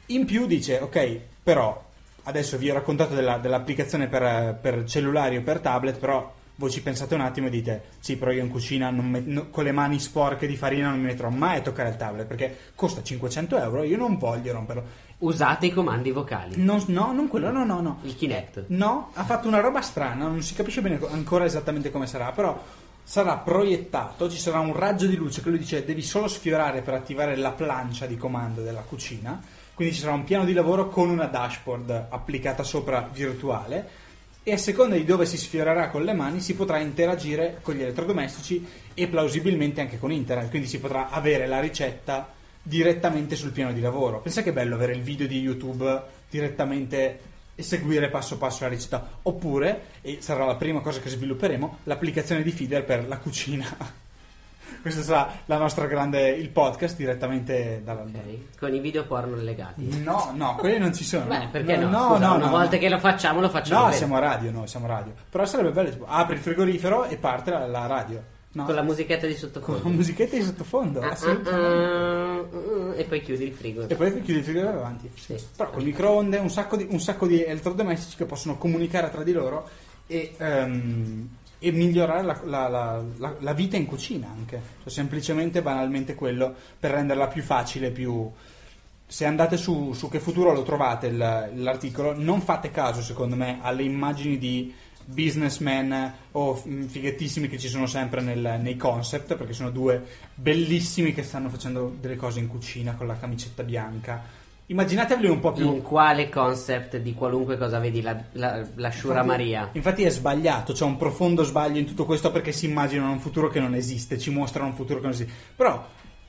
A: In più dice, ok, però adesso vi ho raccontato della- dell'applicazione per, per cellulari o per tablet, però voi ci pensate un attimo e dite, sì, però io in cucina non met- no- con le mani sporche di farina non mi metterò mai a toccare il tablet perché costa 500 euro, io non voglio romperlo.
B: Usate i comandi vocali.
A: Non- no, non quello, no, no, no.
B: Il Kinect.
A: No, ha fatto una roba strana, non si capisce bene co- ancora esattamente come sarà, però sarà proiettato, ci sarà un raggio di luce che lui dice devi solo sfiorare per attivare la plancia di comando della cucina, quindi ci sarà un piano di lavoro con una dashboard applicata sopra virtuale e a seconda di dove si sfiorerà con le mani si potrà interagire con gli elettrodomestici e plausibilmente anche con internet, quindi si potrà avere la ricetta direttamente sul piano di lavoro. Pensa che bello avere il video di YouTube direttamente e seguire passo passo la ricetta. Oppure, e sarà la prima cosa che svilupperemo, l'applicazione di Feeder per la cucina. Questo sarà la nostra grande, il podcast direttamente dalla...
B: ok? Con i video porno legati.
A: No, no, quelli non ci sono.
B: Beh, perché no? Scusa, una volta che lo facciamo, lo facciamo
A: No,
B: bene.
A: siamo radio, noi siamo radio. Però sarebbe bello, tipo, apri il frigorifero e parte la, la radio. No,
B: Con la musichetta di
A: con la
B: sottofondo.
A: musichetta di sottofondo.
B: Ah,
A: assolutamente.
B: ah, ah, e poi chiudi il frigo.
A: E poi chiudi il frigorifero davanti.
B: Sì.
A: Però col microonde, un sacco, di, un sacco di elettrodomestici che possono comunicare tra di loro e, ehm, e migliorare la, la- la- la- la vita in cucina anche. Cioè, semplicemente, banalmente quello per renderla più facile, più... Se andate su, su che futuro lo trovate il- l'articolo, non fate caso, secondo me, alle immagini di businessmen o mm, fighettissimi che ci sono sempre nel- nei concept, perché sono due bellissimi che stanno facendo delle cose in cucina con la camicetta bianca. Immaginateveli un po' più
B: In quale concept di qualunque cosa vedi la, la, la Shura Maria?
A: Infatti è sbagliato, c'è un profondo sbaglio in tutto questo perché si immaginano un futuro che non esiste, ci mostrano un futuro che non esiste. Però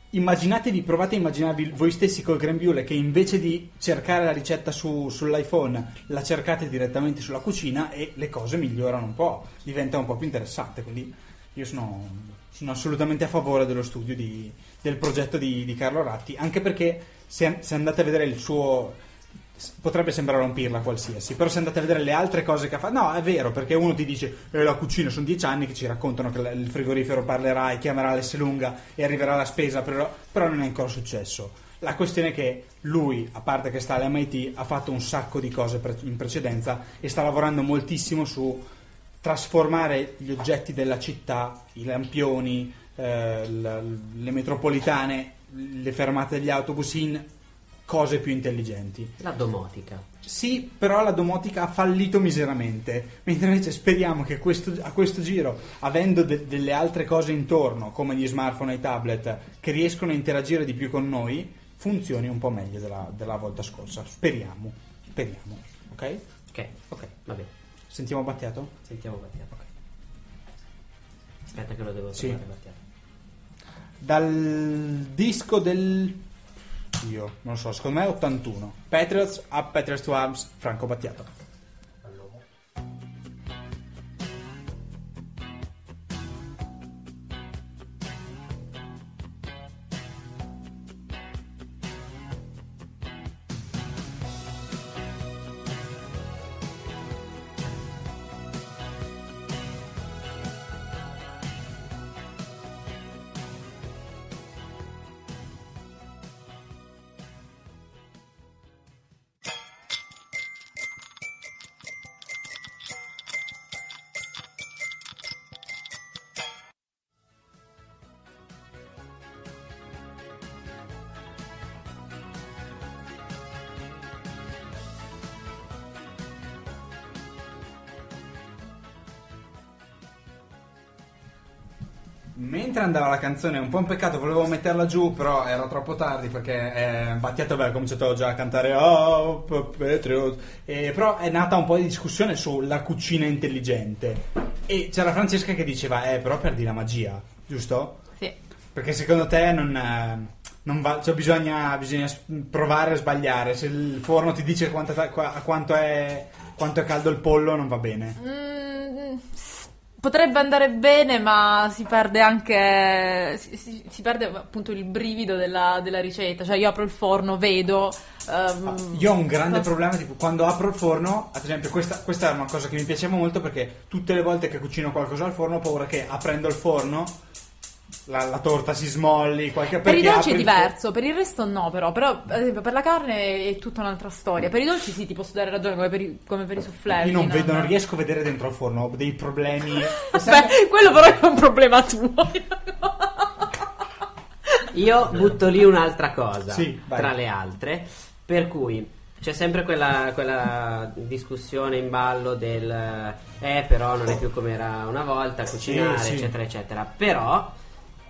A: immaginatevi, provate a immaginarvi voi stessi col grembiule che invece di cercare la ricetta su- sull'iPhone la cercate direttamente sulla cucina e le cose migliorano un po', diventa un po' più interessante. Quindi io sono, sono assolutamente a favore dello studio di- del progetto di, di Carlo Ratti, anche perché se- se andate a vedere il suo potrebbe sembrare un pirla qualsiasi, però se andate a vedere le altre cose che ha fatto, no, è vero, perché uno ti dice "Eh, la cucina sono dieci anni che ci raccontano che l- il frigorifero parlerà e chiamerà l'esselunga e arriverà la spesa, però, però non è ancora successo. La questione è che lui, a parte che sta all'MIT, ha fatto un sacco di cose pre- in precedenza e sta lavorando moltissimo su trasformare gli oggetti della città, i lampioni, eh, l- le metropolitane, le fermate degli autobus in cose più intelligenti.
B: La domotica.
A: Sì, però la domotica ha fallito miseramente, mentre invece speriamo che questo- a questo giro, avendo de- delle altre cose intorno, come gli smartphone e i tablet, che riescono a interagire di più con noi, funzioni un po' meglio della, della volta scorsa. Speriamo, speriamo. Ok?
B: Ok,
A: Ok.
B: va bene.
A: Sentiamo Battiato?
B: Sentiamo Battiato. Aspetta che lo devo
A: Sì.
B: trovare Battiato.
A: Dal disco del... Io, non lo so, secondo me è 81. Patriots, Up Patriots to Arms, Franco Battiato. Mentre andava la canzone, un po' un peccato, volevo metterla giù, però era troppo tardi perché eh, Battiato aveva cominciato già a cantare Oh, P- Patriot. Eh, però è nata un po' di discussione sulla cucina intelligente. E c'era Francesca che diceva, eh, però perdi la magia, giusto? Perché secondo te non, eh, non va, cioè bisogna, bisogna s- provare a sbagliare. Se il forno ti dice quanta ta- qua- a quanto è, quanto è caldo il pollo, non va bene.
C: Mm, s- potrebbe andare bene, ma si perde anche. Si, si- si perde appunto il brivido della, della ricetta. Cioè, io apro il forno, vedo. ehm,
A: Ah, Io ho un grande
C: sto-
A: problema, tipo quando apro il forno, ad esempio questa, questa è una cosa che mi piaceva molto perché tutte le volte che cucino qualcosa al forno ho paura che aprendo il forno la, la torta si smolli, qualche
C: Per i
A: perché
C: dolci è
A: apri il for-
C: diverso, per il resto no, però. Però, ad esempio, per la carne è tutta un'altra storia. Per i dolci sì, ti posso dare ragione come per i, come per i soufflé.
A: Io non vedo, non riesco a vedere dentro il forno, ho dei problemi.
C: Beh, quello però è un problema tuo.
B: Io butto lì un'altra cosa
A: Sì, vai.
B: tra le altre, per cui c'è sempre quella, quella discussione in ballo del eh però non è più come era una volta cucinare
A: sì.
B: eccetera eccetera, però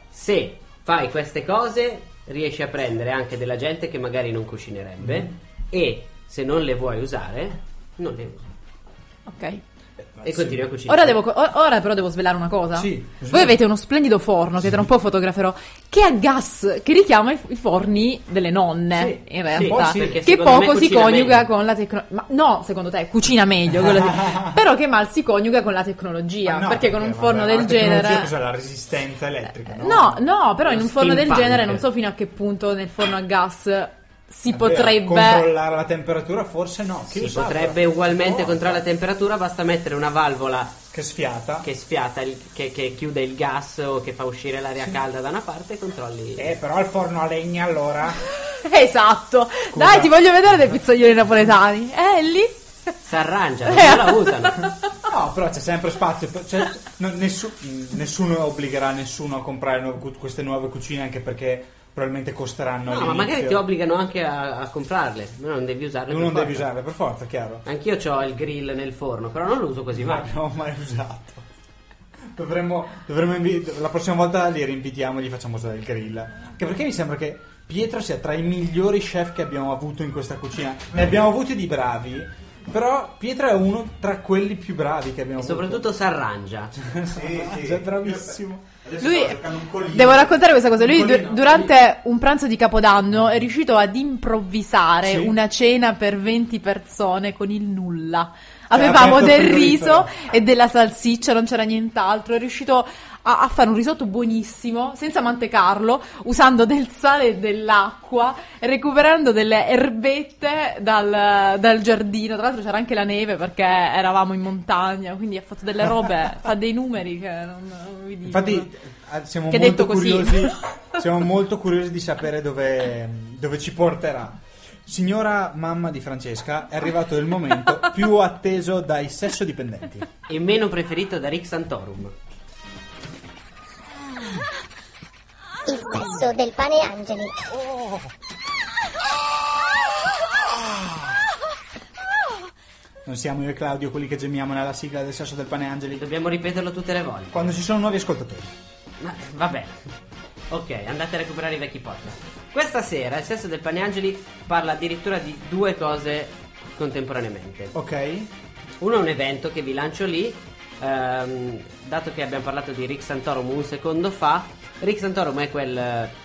B: se fai queste cose riesci a prendere anche della gente che magari non cucinerebbe
A: Mm.
B: e se non le vuoi usare non le usi
C: ok.
B: e continui a cucinare.
C: Ora, devo, co- or- ora però devo svelare una cosa.
A: Sì, così.
C: Voi avete uno splendido forno che tra un po' fotograferò, che ha gas, che richiama i, i forni delle nonne,
B: Sì,
C: in
B: sì,
C: realtà.
B: sì, perché
C: che
B: secondo me
C: poco si
B: cucina
C: coniuga
B: meglio.
C: con la tecnologia. Ma no, secondo te, cucina meglio. quello sì. però che mal si coniuga con la tecnologia.
A: Ah, no,
C: perché con un
A: vabbè,
C: forno
A: ma
C: del
A: la tecnologia
C: genere.
A: Cos'è la resistenza elettrica?
C: No, no, però
B: Lo
C: in un forno del
B: steampunk.
C: genere non so fino a che punto nel forno a gas si
A: Vabbè,
C: potrebbe.
A: controllare la temperatura, forse no. Chi
B: si
A: lo sa,
B: potrebbe
A: però?
B: ugualmente
A: Oh,
B: controllare la temperatura, basta mettere una valvola
A: Che sfiata.
B: che sfiata, il- che, che chiude il gas o che fa uscire l'aria calda da una parte e controlli.
A: Eh, però il forno a legna allora.
C: Esatto. Dai, ti voglio vedere dei pizzaglioni napoletani. Eh, lì.
B: Si arrangiano, non la usano.
A: No, però c'è sempre spazio. per- cioè, no, nessu- mh, nessuno obbligherà nessuno a comprare nu- cu- queste nuove cucine anche perché probabilmente costeranno.
B: No, ma
A: all'inizio.
B: magari ti obbligano anche a, a comprarle, ma non devi usarle.
A: Tu
B: per
A: non
B: forza.
A: devi usarle per forza, chiaro.
B: Anch'io ho il grill nel forno, però non lo uso così
A: Non
B: mai.
A: l'abbiamo mai usato. Dovremmo, dovremmo invi- la prossima volta li rinvitiamo e gli facciamo usare il grill. Anche perché mi sembra che Pietro sia tra i migliori chef che abbiamo avuto in questa cucina. Ne abbiamo avuti di bravi. Però Pietro è uno tra quelli più bravi che abbiamo
B: E
A: avuto.
B: soprattutto si arrangia.
F: Sì, sì.
A: Sei bravissimo.
F: Adesso
C: Lui-
F: stavo cercando un colino.
C: Devo raccontare questa cosa. Lui
A: Un
C: du-
A: colino,
C: durante un pranzo di Capodanno è riuscito ad improvvisare
A: Sì.
C: una cena per 20 persone con il nulla.
A: Cioè,
C: Avevamo
A: aperto il
C: del
A: frigorifero.
C: riso e della salsiccia, non c'era nient'altro. È riuscito a, a fare un risotto buonissimo, senza mantecarlo, usando del sale e dell'acqua, recuperando delle erbette dal, dal giardino. Tra l'altro c'era anche la neve perché eravamo in montagna, quindi ha fatto delle robe, fa dei numeri che non, non vi dico.
A: Infatti, eh, siamo
C: Che
A: molto,
C: detto così.
A: curiosi, siamo molto curiosi di sapere dove, dove ci porterà. Signora mamma di Francesca, è arrivato il momento più atteso dai sessodipendenti.
B: E meno preferito da Rick Santorum.
G: Il sesso del pane angeli.
A: Non siamo io e Claudio quelli che gemiamo nella sigla del sesso del pane angeli
B: Dobbiamo ripeterlo tutte le volte.
A: quando ci sono nuovi ascoltatori.
B: Ma eh, vabbè. Ok, andate a recuperare i vecchi podcast. Questa sera il sesso del Paneangeli parla addirittura di due cose contemporaneamente.
A: Ok?
B: Uno è un evento che vi lancio lì. ehm, dato che abbiamo parlato di Rick Santorum un secondo fa, Rick Santorum è quel eh,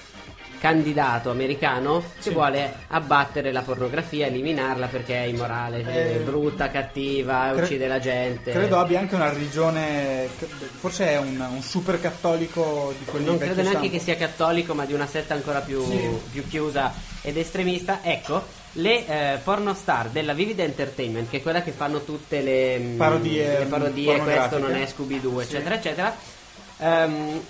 B: candidato americano che vuole abbattere la pornografia, eliminarla perché è immorale, è brutta, cattiva,
A: Eh. Cre-
B: uccide la gente.
A: Credo abbia anche una religione, che- forse è un, un super cattolico di quelli
B: non
A: vecchio
B: credo neanche
A: stampo.
B: che sia cattolico, ma di una setta ancora più, più chiusa ed estremista. Ecco, le eh, pornostar della Vivid Entertainment, che è quella che fanno tutte le mm,
A: Parodie,
B: le parodie
A: mm,
B: questo non
A: pornografiche.
B: è Scooby-Doo, eccetera, eccetera, ehm,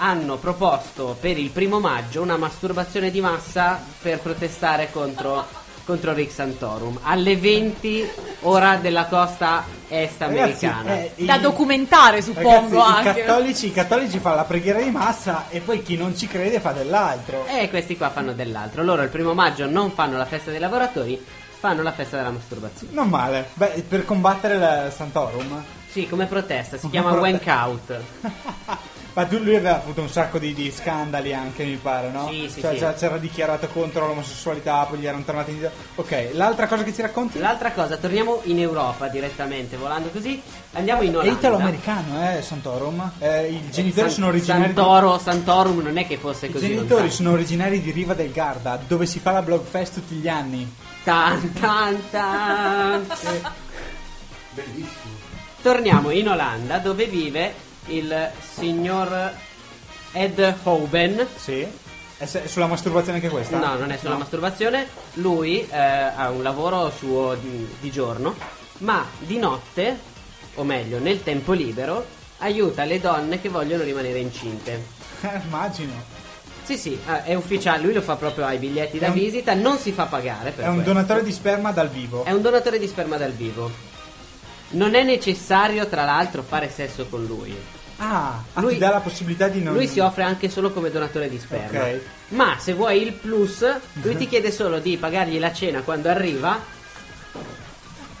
B: hanno proposto per il primo maggio una masturbazione di massa per protestare contro, contro Rick Santorum alle 20 ora della costa est
A: Ragazzi,
B: americana.
A: eh, i-
C: da documentare, suppongo
A: Ragazzi,
C: anche.
A: I cattolici, i cattolici fanno la preghiera di massa e poi chi non ci crede fa dell'altro.
B: E questi qua fanno dell'altro. Loro il primo maggio non fanno la festa dei lavoratori, fanno la festa della masturbazione.
A: Non male. Beh, per combattere la Santorum.
B: Sì, come protesta, si chiama Wank Out.
A: Ma tu lui aveva avuto un sacco di, di scandali anche, mi pare, no?
B: Sì, sì,
A: Cioè,
B: sì.
A: già c'era dichiarato contro l'omosessualità, poi gli erano tornati indietro. Ok, l'altra cosa che ci racconti?
B: L'altra cosa, torniamo in Europa direttamente, volando così. Andiamo in
A: È
B: Olanda.
A: italo-americano, eh, Santorum. Eh, I genitori
B: San-
A: sono originari di-
B: Santoro, Santorum non è che fosse
A: I
B: così
A: genitori
B: lontano.
A: sono originari di Riva del Garda, dove si fa la blogfest tutti gli anni.
B: Tan, tan, tan.
F: Bellissimo.
B: Torniamo in Olanda dove vive il signor Ed Hoben.
A: Sì. È se- è sulla masturbazione anche questa?
B: No, non è sulla masturbazione. Lui eh, ha un lavoro suo di, di giorno, ma di notte, o meglio, nel tempo libero, aiuta le donne che vogliono rimanere incinte.
A: masturbazione. Immagino.
B: Sì, sì, ah, è ufficiale, lui lo fa proprio ai biglietti
A: È
B: da
A: un-
B: visita, non si fa pagare per
A: È un
B: questo.
A: donatore di sperma dal vivo.
B: È un donatore di sperma dal vivo. Non è necessario, tra l'altro, fare sesso con lui.
A: Ah, ah,
B: Lui-
A: ti dà la possibilità di non...
B: Lui si offre anche solo come donatore di sperma.
A: Ok. Mhm.
B: Ma se vuoi il plus, lui ti chiede solo di pagargli la cena quando arriva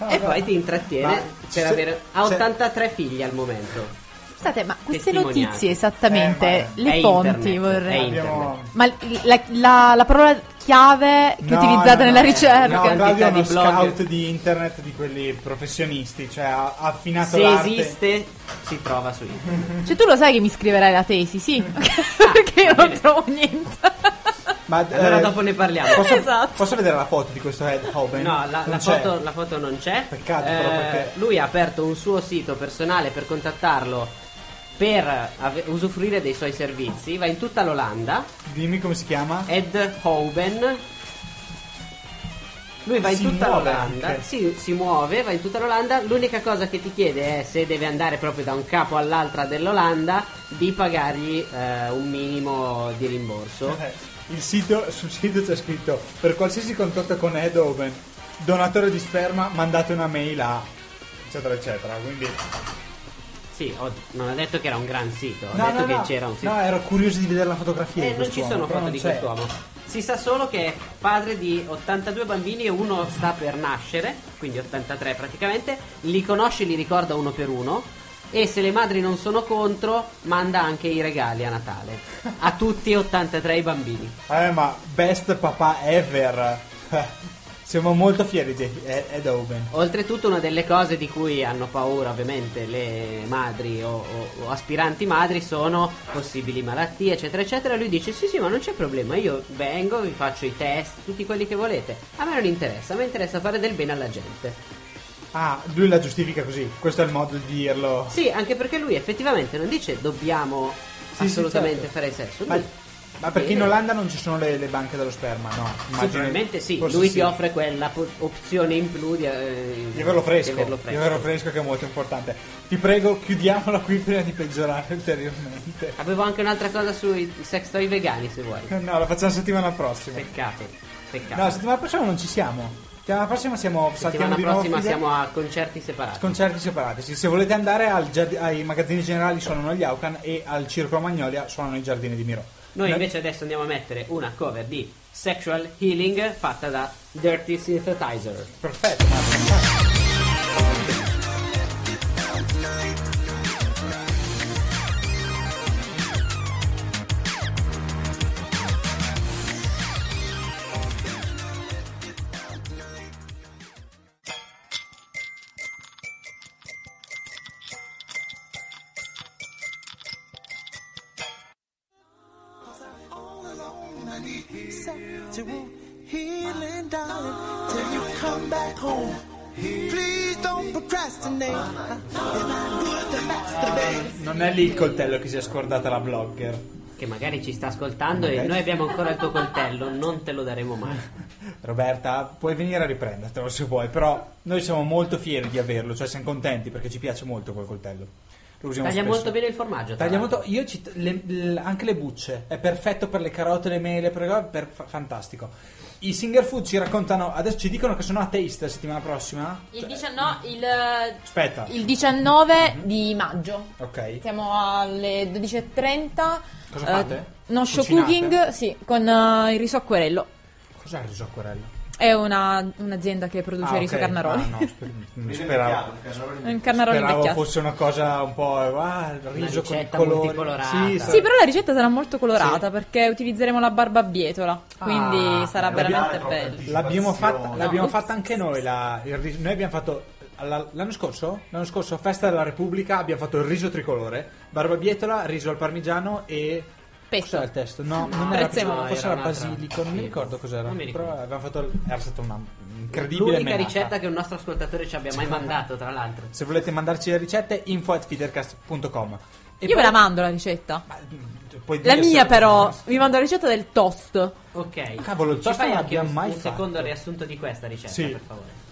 B: e poi ti intrattiene
A: Ah, Ma
B: per
A: se-
B: avere. Ha
A: se-
B: 83 figli al momento.
C: Scusate, ma queste
B: Testimonianze.
C: notizie esattamente,
A: Eh, ma-
C: le
B: È
C: fonti
B: internet,
C: vorrei...
B: è internet.
A: Abbiamo-
C: Ma l- la, la- la parola chiave che
A: No,
C: utilizzate
A: no,
C: nella
A: no.
C: ricerca.
A: No, Claudio è uno
B: Quantità di blog.
A: scout di internet di quelli professionisti, cioè ha ha affinato
B: Se
A: l'arte.
B: esiste, si trova su internet.
C: Cioè, tu lo sai che mi scriverai la tesi, sì?
A: Ah,
C: Perché io
B: va
C: non
B: bene.
C: trovo niente.
A: Ma,
B: Allora
A: eh,
B: dopo ne parliamo.
A: Posso,
C: Esatto.
A: posso vedere la foto di questo Ed Hoben?
B: No, la,
A: Non
B: la
A: c'è.
B: foto, la foto non c'è. Eh,
A: Peccato, però, perché-
B: Lui ha aperto un suo sito personale per contattarlo per ave- usufruire dei suoi servizi. Va in tutta l'Olanda.
A: Dimmi come si chiama.
B: Ed Hoven. Lui va in
A: Si
B: tutta
A: muove
B: l'Olanda.
A: anche.
B: Sì, si muove, va in tutta l'Olanda. L'unica cosa che ti chiede è se deve andare proprio da un capo all'altra dell'Olanda di pagargli eh, un minimo di rimborso.
A: Eh, Il sito, sul sito c'è scritto per qualsiasi contatto con Ed Hoben, donatore di sperma, mandate una mail a eccetera eccetera. Quindi
B: Sì, ho- non ho detto che era un gran sito, ho
A: No,
B: detto
A: no,
B: che
A: no.
B: c'era un sito.
A: No, ero curioso di vedere la fotografia.
B: Eh,
A: di
B: non ci
A: quest'uomo,
B: sono
A: però
B: foto
A: non
B: di
A: c'è.
B: quest'uomo. Si sa solo che è padre di 82 bambini e uno sta per nascere, quindi 83 praticamente. Li conosce, li ricorda uno per uno. E se le madri non sono contro, manda anche i regali a Natale. A tutti e 83 i bambini.
A: Eh, ma best papà ever. Siamo molto fieri di Ed Ed Hoben.
B: Oltretutto una delle cose di cui hanno paura ovviamente le madri o, o- o aspiranti madri sono possibili malattie eccetera eccetera. Lui dice sì sì ma non c'è problema, io vengo, vi faccio i test, tutti quelli che volete. A me non interessa, a me interessa fare del bene alla gente.
A: Ah, lui la giustifica così. Questo è il modo di dirlo.
B: Sì, anche perché lui effettivamente non dice dobbiamo
A: sì,
B: assolutamente
A: certo.
B: fare sesso. Lui,
A: Ma, ma perché in
B: Eh.
A: Olanda non ci sono le, le banche dello sperma? No, immagino-
B: sicuramente sì,
A: forse
B: lui
A: sì.
B: ti offre quella po- opzione in più di, eh,
A: Di averlo fresco,
B: Di averlo fresco.
A: di averlo fresco che è molto importante. Ti prego, chiudiamola qui prima di peggiorare ulteriormente.
B: Avevo anche un'altra cosa sui sex toy vegani se vuoi.
A: No, la facciamo settimana prossima.
B: Peccato, peccato.
A: No, settimana prossima non ci siamo. Settimana prossima siamo, saltiamo
B: settimana
A: di nuovo
B: prossima
A: fila-
B: siamo a concerti separati.
A: concerti separati. Sì, se volete andare al giard- ai magazzini generali suonano gli Aucan e al Circolo Magnolia suonano i giardini di Miro.
B: Noi
A: Ne-
B: invece adesso andiamo a mettere una cover di Sexual Healing fatta da Dirty Synthetizer.
A: Perfetto, Marco.
H: all alone. I need sexual healing, darling, till you come back home. Please don't procrastinate. And I need to masturbate.
A: Non è lì il coltello che si è scordata la blogger.
B: Che magari ci sta ascoltando e
A: Ok.
B: noi abbiamo ancora il tuo coltello, non te lo daremo mai.
A: Roberta, puoi venire a riprendertelo se vuoi, però noi siamo molto fieri di averlo, cioè siamo contenti perché ci piace molto quel coltello. Lo usiamo
B: Taglia
A: spesso.
B: molto bene il formaggio. tra
A: Taglia
B: l'altro.
A: molto, io ci, le- le- anche le bucce, è perfetto per le carote, le mele, per, per- fa- fantastico. I Singer Food ci raccontano, adesso ci dicono che sono a taste la settimana prossima.
C: Il,
A: Cioè,
C: 19, il-
A: Aspetta,
C: il 19 di maggio.
A: ok.
C: Siamo alle 12.30.
A: Cosa
C: eh,
A: fate?
C: no show
A: Cucinate?
C: cooking, sì, con eh, il riso acquerello.
A: Cos'è il riso acquerello?
C: È una- un'azienda che produce
A: Ah,
C: riso
A: ok.
C: carnaroli.
A: Ah, no, sper- non speravo.
C: Un carnaroli
A: Speravo
C: invecchiato.
A: fosse una cosa un po'. eh, Ah, il riso con i
B: ricetta
A: colori.
B: multicolorata.
A: sa-
C: Sì, però la ricetta sarà molto colorata perché utilizzeremo la barbabietola, quindi
A: Ah,
C: sarà
D: la
C: veramente
D: barba-
C: bello.
A: L'abbiamo fatta,
D: No,
A: l'abbiamo
C: ups.
A: fatta anche noi. la- il riso- noi abbiamo fatto alla- l'anno scorso, l'anno scorso, a festa della Repubblica, abbiamo fatto il riso tricolore, barbabietola, riso al parmigiano e.
C: Pesto.
A: Cos'era il testo? No, non era
C: prezzemolo.
A: prezzemolo, forse
B: No,
A: era,
B: era un'altra.
A: basilico, non mi
B: Sì.
A: ricordo cos'era.
B: Non mi ricordo.
A: Però avevamo fatto. Era stata una incredibile
B: L'unica
A: menata.
B: ricetta che un nostro ascoltatore ci abbia mai mandato, tra l'altro.
A: Se volete mandarci le ricette, info at feedercast.com. E
C: Io ve
A: poi-
C: la mando la ricetta.
A: Ma, puoi
C: La
A: dire se-
C: mia però, vi mando la ricetta del toast.
B: Ok.
A: Ah, Cavolo, il
B: Ci
A: toast
B: fai
A: non
B: anche
A: l'abbiamo
B: un,
A: mai
B: un
A: fatto.
B: secondo riassunto di questa ricetta,
A: Sì.
B: per favore.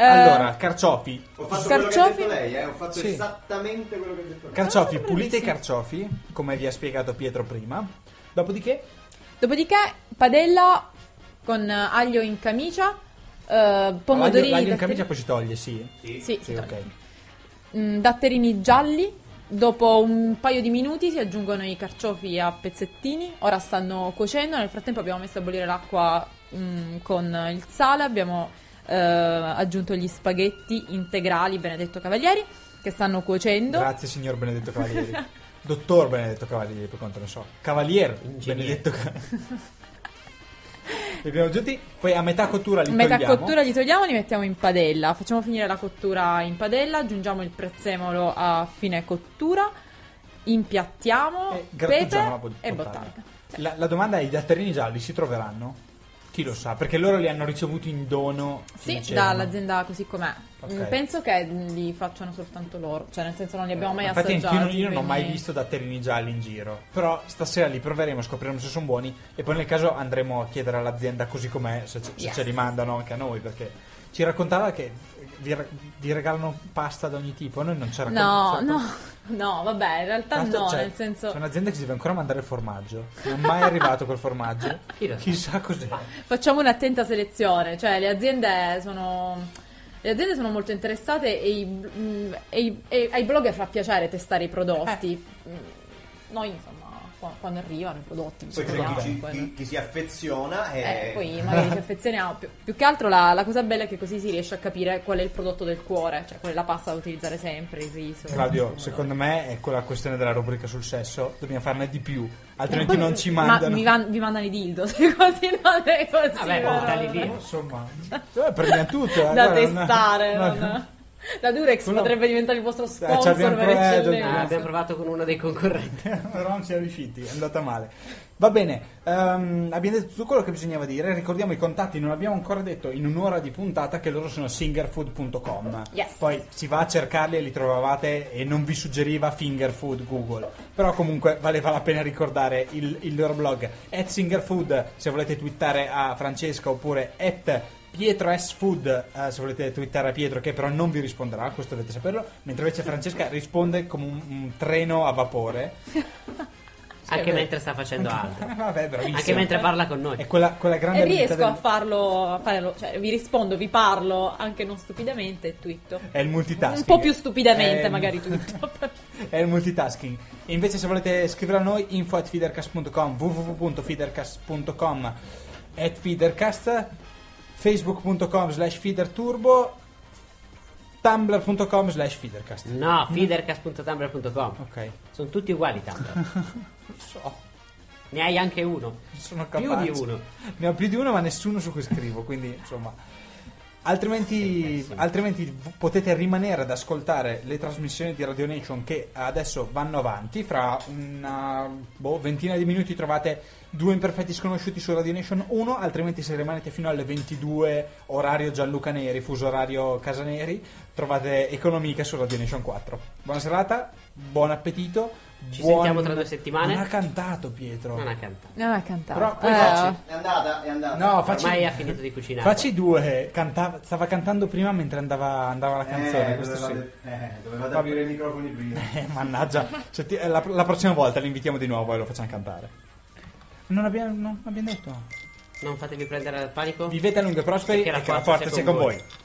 C: Eh,
A: Allora, carciofi.
D: Ho fatto quello che ha
C: Scarciofi?
D: detto lei, eh, ho fatto
A: Sì.
D: esattamente quello che ha detto lei.
C: Ah,
A: Carciofi, pulite i carciofi, come vi ha spiegato Pietro prima. Dopodiché,
C: Dopodiché padella con eh, aglio in camicia, eh,
A: l'aglio,
C: pomodorini
A: l'aglio in
C: datteri-
A: camicia poi si toglie, sì.
C: Sì,
A: Sì,
C: si
A: ok.
C: toglie. Mm, datterini gialli. Dopo un paio di minuti si aggiungono i carciofi a pezzettini. Ora stanno cuocendo. Nel frattempo abbiamo messo a bollire l'acqua mm, con il sale. Abbiamo eh, aggiunto gli spaghetti integrali Benedetto Cavalieri che stanno cuocendo.
A: Grazie signor Benedetto Cavalieri. Dottor Benedetto Cavalieri, per quanto ne so. Cavalier
B: Ingegnere.
A: Benedetto Cavalieri. Li abbiamo aggiunti, poi a metà cottura li
C: Metà
A: togliamo.
C: cottura li togliamo, li mettiamo in padella. Facciamo finire la cottura in padella, aggiungiamo il prezzemolo a fine cottura, impiattiamo
A: e grattugiamo Eh, la
C: pepe
A: bot-
C: e
A: bottata.
C: bottata.
A: La, la domanda è: i datterini gialli si troveranno? Chi lo sa, perché loro li hanno ricevuti in dono. ci
C: Sì,
A: dicevano.
C: dall'azienda così com'è.
A: Ok.
C: Mm, Penso che li facciano soltanto loro, cioè nel senso non li abbiamo mai
A: Ma Eh, Infatti, anch'io
C: assaggiati.
A: non, io non ho mai
C: quindi-
A: visto datterini gialli in giro. Però stasera li proveremo, scopriremo se sono buoni. E poi, nel caso, andremo a chiedere all'azienda così com'è, se, ce- se
C: Yes.
A: ce li mandano anche a noi. Perché ci raccontava che vi, ra- vi regalano pasta da ogni tipo. Noi non c'era
C: No, no, no, vabbè, in realtà
A: cioè, Tanto,
C: no,
A: cioè,
C: nel senso
A: C'è un'azienda che si deve ancora mandare il formaggio. Non è mai arrivato quel formaggio.
B: Chi lo sa?
A: Chissà cos'è.
C: facciamo un'attenta selezione, cioè le aziende sono le aziende sono molto interessate e, i- mm, e i- e ai blogger fa piacere testare i prodotti.
A: Eh.
C: Mm, Noi insomma qua- quando arrivano i prodotti
D: Poi
C: ci
D: c'è chi,
C: proviamo,
D: ci-
C: poi-
D: chi- chi si affeziona e
C: Eh, poi magari ci affezioniamo. Più, più che altro la, la cosa bella è che così si riesce a capire qual è il prodotto del cuore, cioè qual è la pasta da utilizzare sempre, il riso.
A: Claudio, secondo me è quella questione della rubrica sul sesso. Dobbiamo farne di più,
C: Ma
A: altrimenti
C: poi-
A: non ci
C: Ma
A: mandano.
C: mi, van- vi mandano i dildo se continuate così.
B: Vabbè,
C: però,
B: portali
C: vabbè.
B: via.
A: Insomma, eh, prendiamo tutto. eh,
C: Da
A: guarda, non-
C: testare.
A: no,
C: non- La Durex
A: Quello- Eh,
C: potrebbe diventare il vostro
A: ci
C: sponsor
A: abbiamo
C: per
A: provato,
C: eccellenza.
B: Ah, abbiamo provato con uno dei concorrenti.
A: Però non siamo riusciti, è andata male. Va bene, ehm, abbiamo detto tutto quello che bisognava dire. Ricordiamo i contatti, non abbiamo ancora detto in un'ora di puntata che loro sono singerfood.com.
C: Yes.
A: Poi si va a cercarli e li trovavate e non vi suggeriva Fingerfood Google. Però comunque valeva la pena ricordare il, il loro blog. At Singerfood se volete twittare a Francesca oppure at Pietro S Food eh, se volete twittare a Pietro che però non vi risponderà, questo dovete saperlo. Mentre invece Francesca risponde come un- un treno a vapore.
B: anche mentre sta facendo altro.
A: Ah, Vabbè, bravissimo.
B: Anche mentre parla con
A: È
B: noi.
A: quella, quella grande
C: E
A: abilità
C: riesco
A: del-
C: a farlo, a farlo, cioè vi rispondo, vi parlo anche non stupidamente e twitto.
A: È il multitasking.
C: Un po' più stupidamente,
A: È-
C: magari tutto. però-
A: È il multitasking. E invece se volete scrivere a noi, info at feedercast.com, www.feedercast.com, at feedercast, facebook.com slash feederturbo, tumblr.com slash feedercast.
B: No, feedercast.tumblr.com.
A: Ok.
B: Sono tutti uguali tanto.
A: So,
B: ne hai anche uno.
A: sono
B: Più
A: capace.
B: di uno.
A: Ne ho più di uno, ma nessuno su cui scrivo, quindi insomma. Altrimenti, altrimenti v- potete rimanere ad ascoltare le trasmissioni di Radio Nation che adesso vanno avanti. Fra una boh, ventina di minuti trovate due imperfetti sconosciuti su Radio Nation 1. Altrimenti, se rimanete fino alle 22, orario Gianluca Neri, fuso orario Casaneri, trovate Economica su Radio Nation 4. Buona serata, buon appetito.
B: Ci
A: buon-
B: sentiamo tra due settimane.
A: Non ha cantato, Pietro.
B: Non ha cantato.
C: Non ha cantato.
A: Però poi
C: Eh,
A: facci-
D: È andata, è andata.
A: No, facci,
B: Ormai ha finito di cucinare.
A: facci due. cantava- stava cantando prima mentre andava, andava la canzone.
D: Eh,
A: questo sì.
D: dovevate, eh, dovevate aprire i microfoni prima.
A: Eh, mannaggia. Se ti- eh, la, la prossima volta li invitiamo di nuovo e lo facciamo cantare. Non abbiamo, non abbiamo detto.
B: Non fatevi prendere dal panico.
A: Vivete a lungo e prosperi
B: Perché
A: e
B: la
A: che la
B: forza
A: forza
B: sia
A: sia
B: con
A: con
B: voi.
A: voi.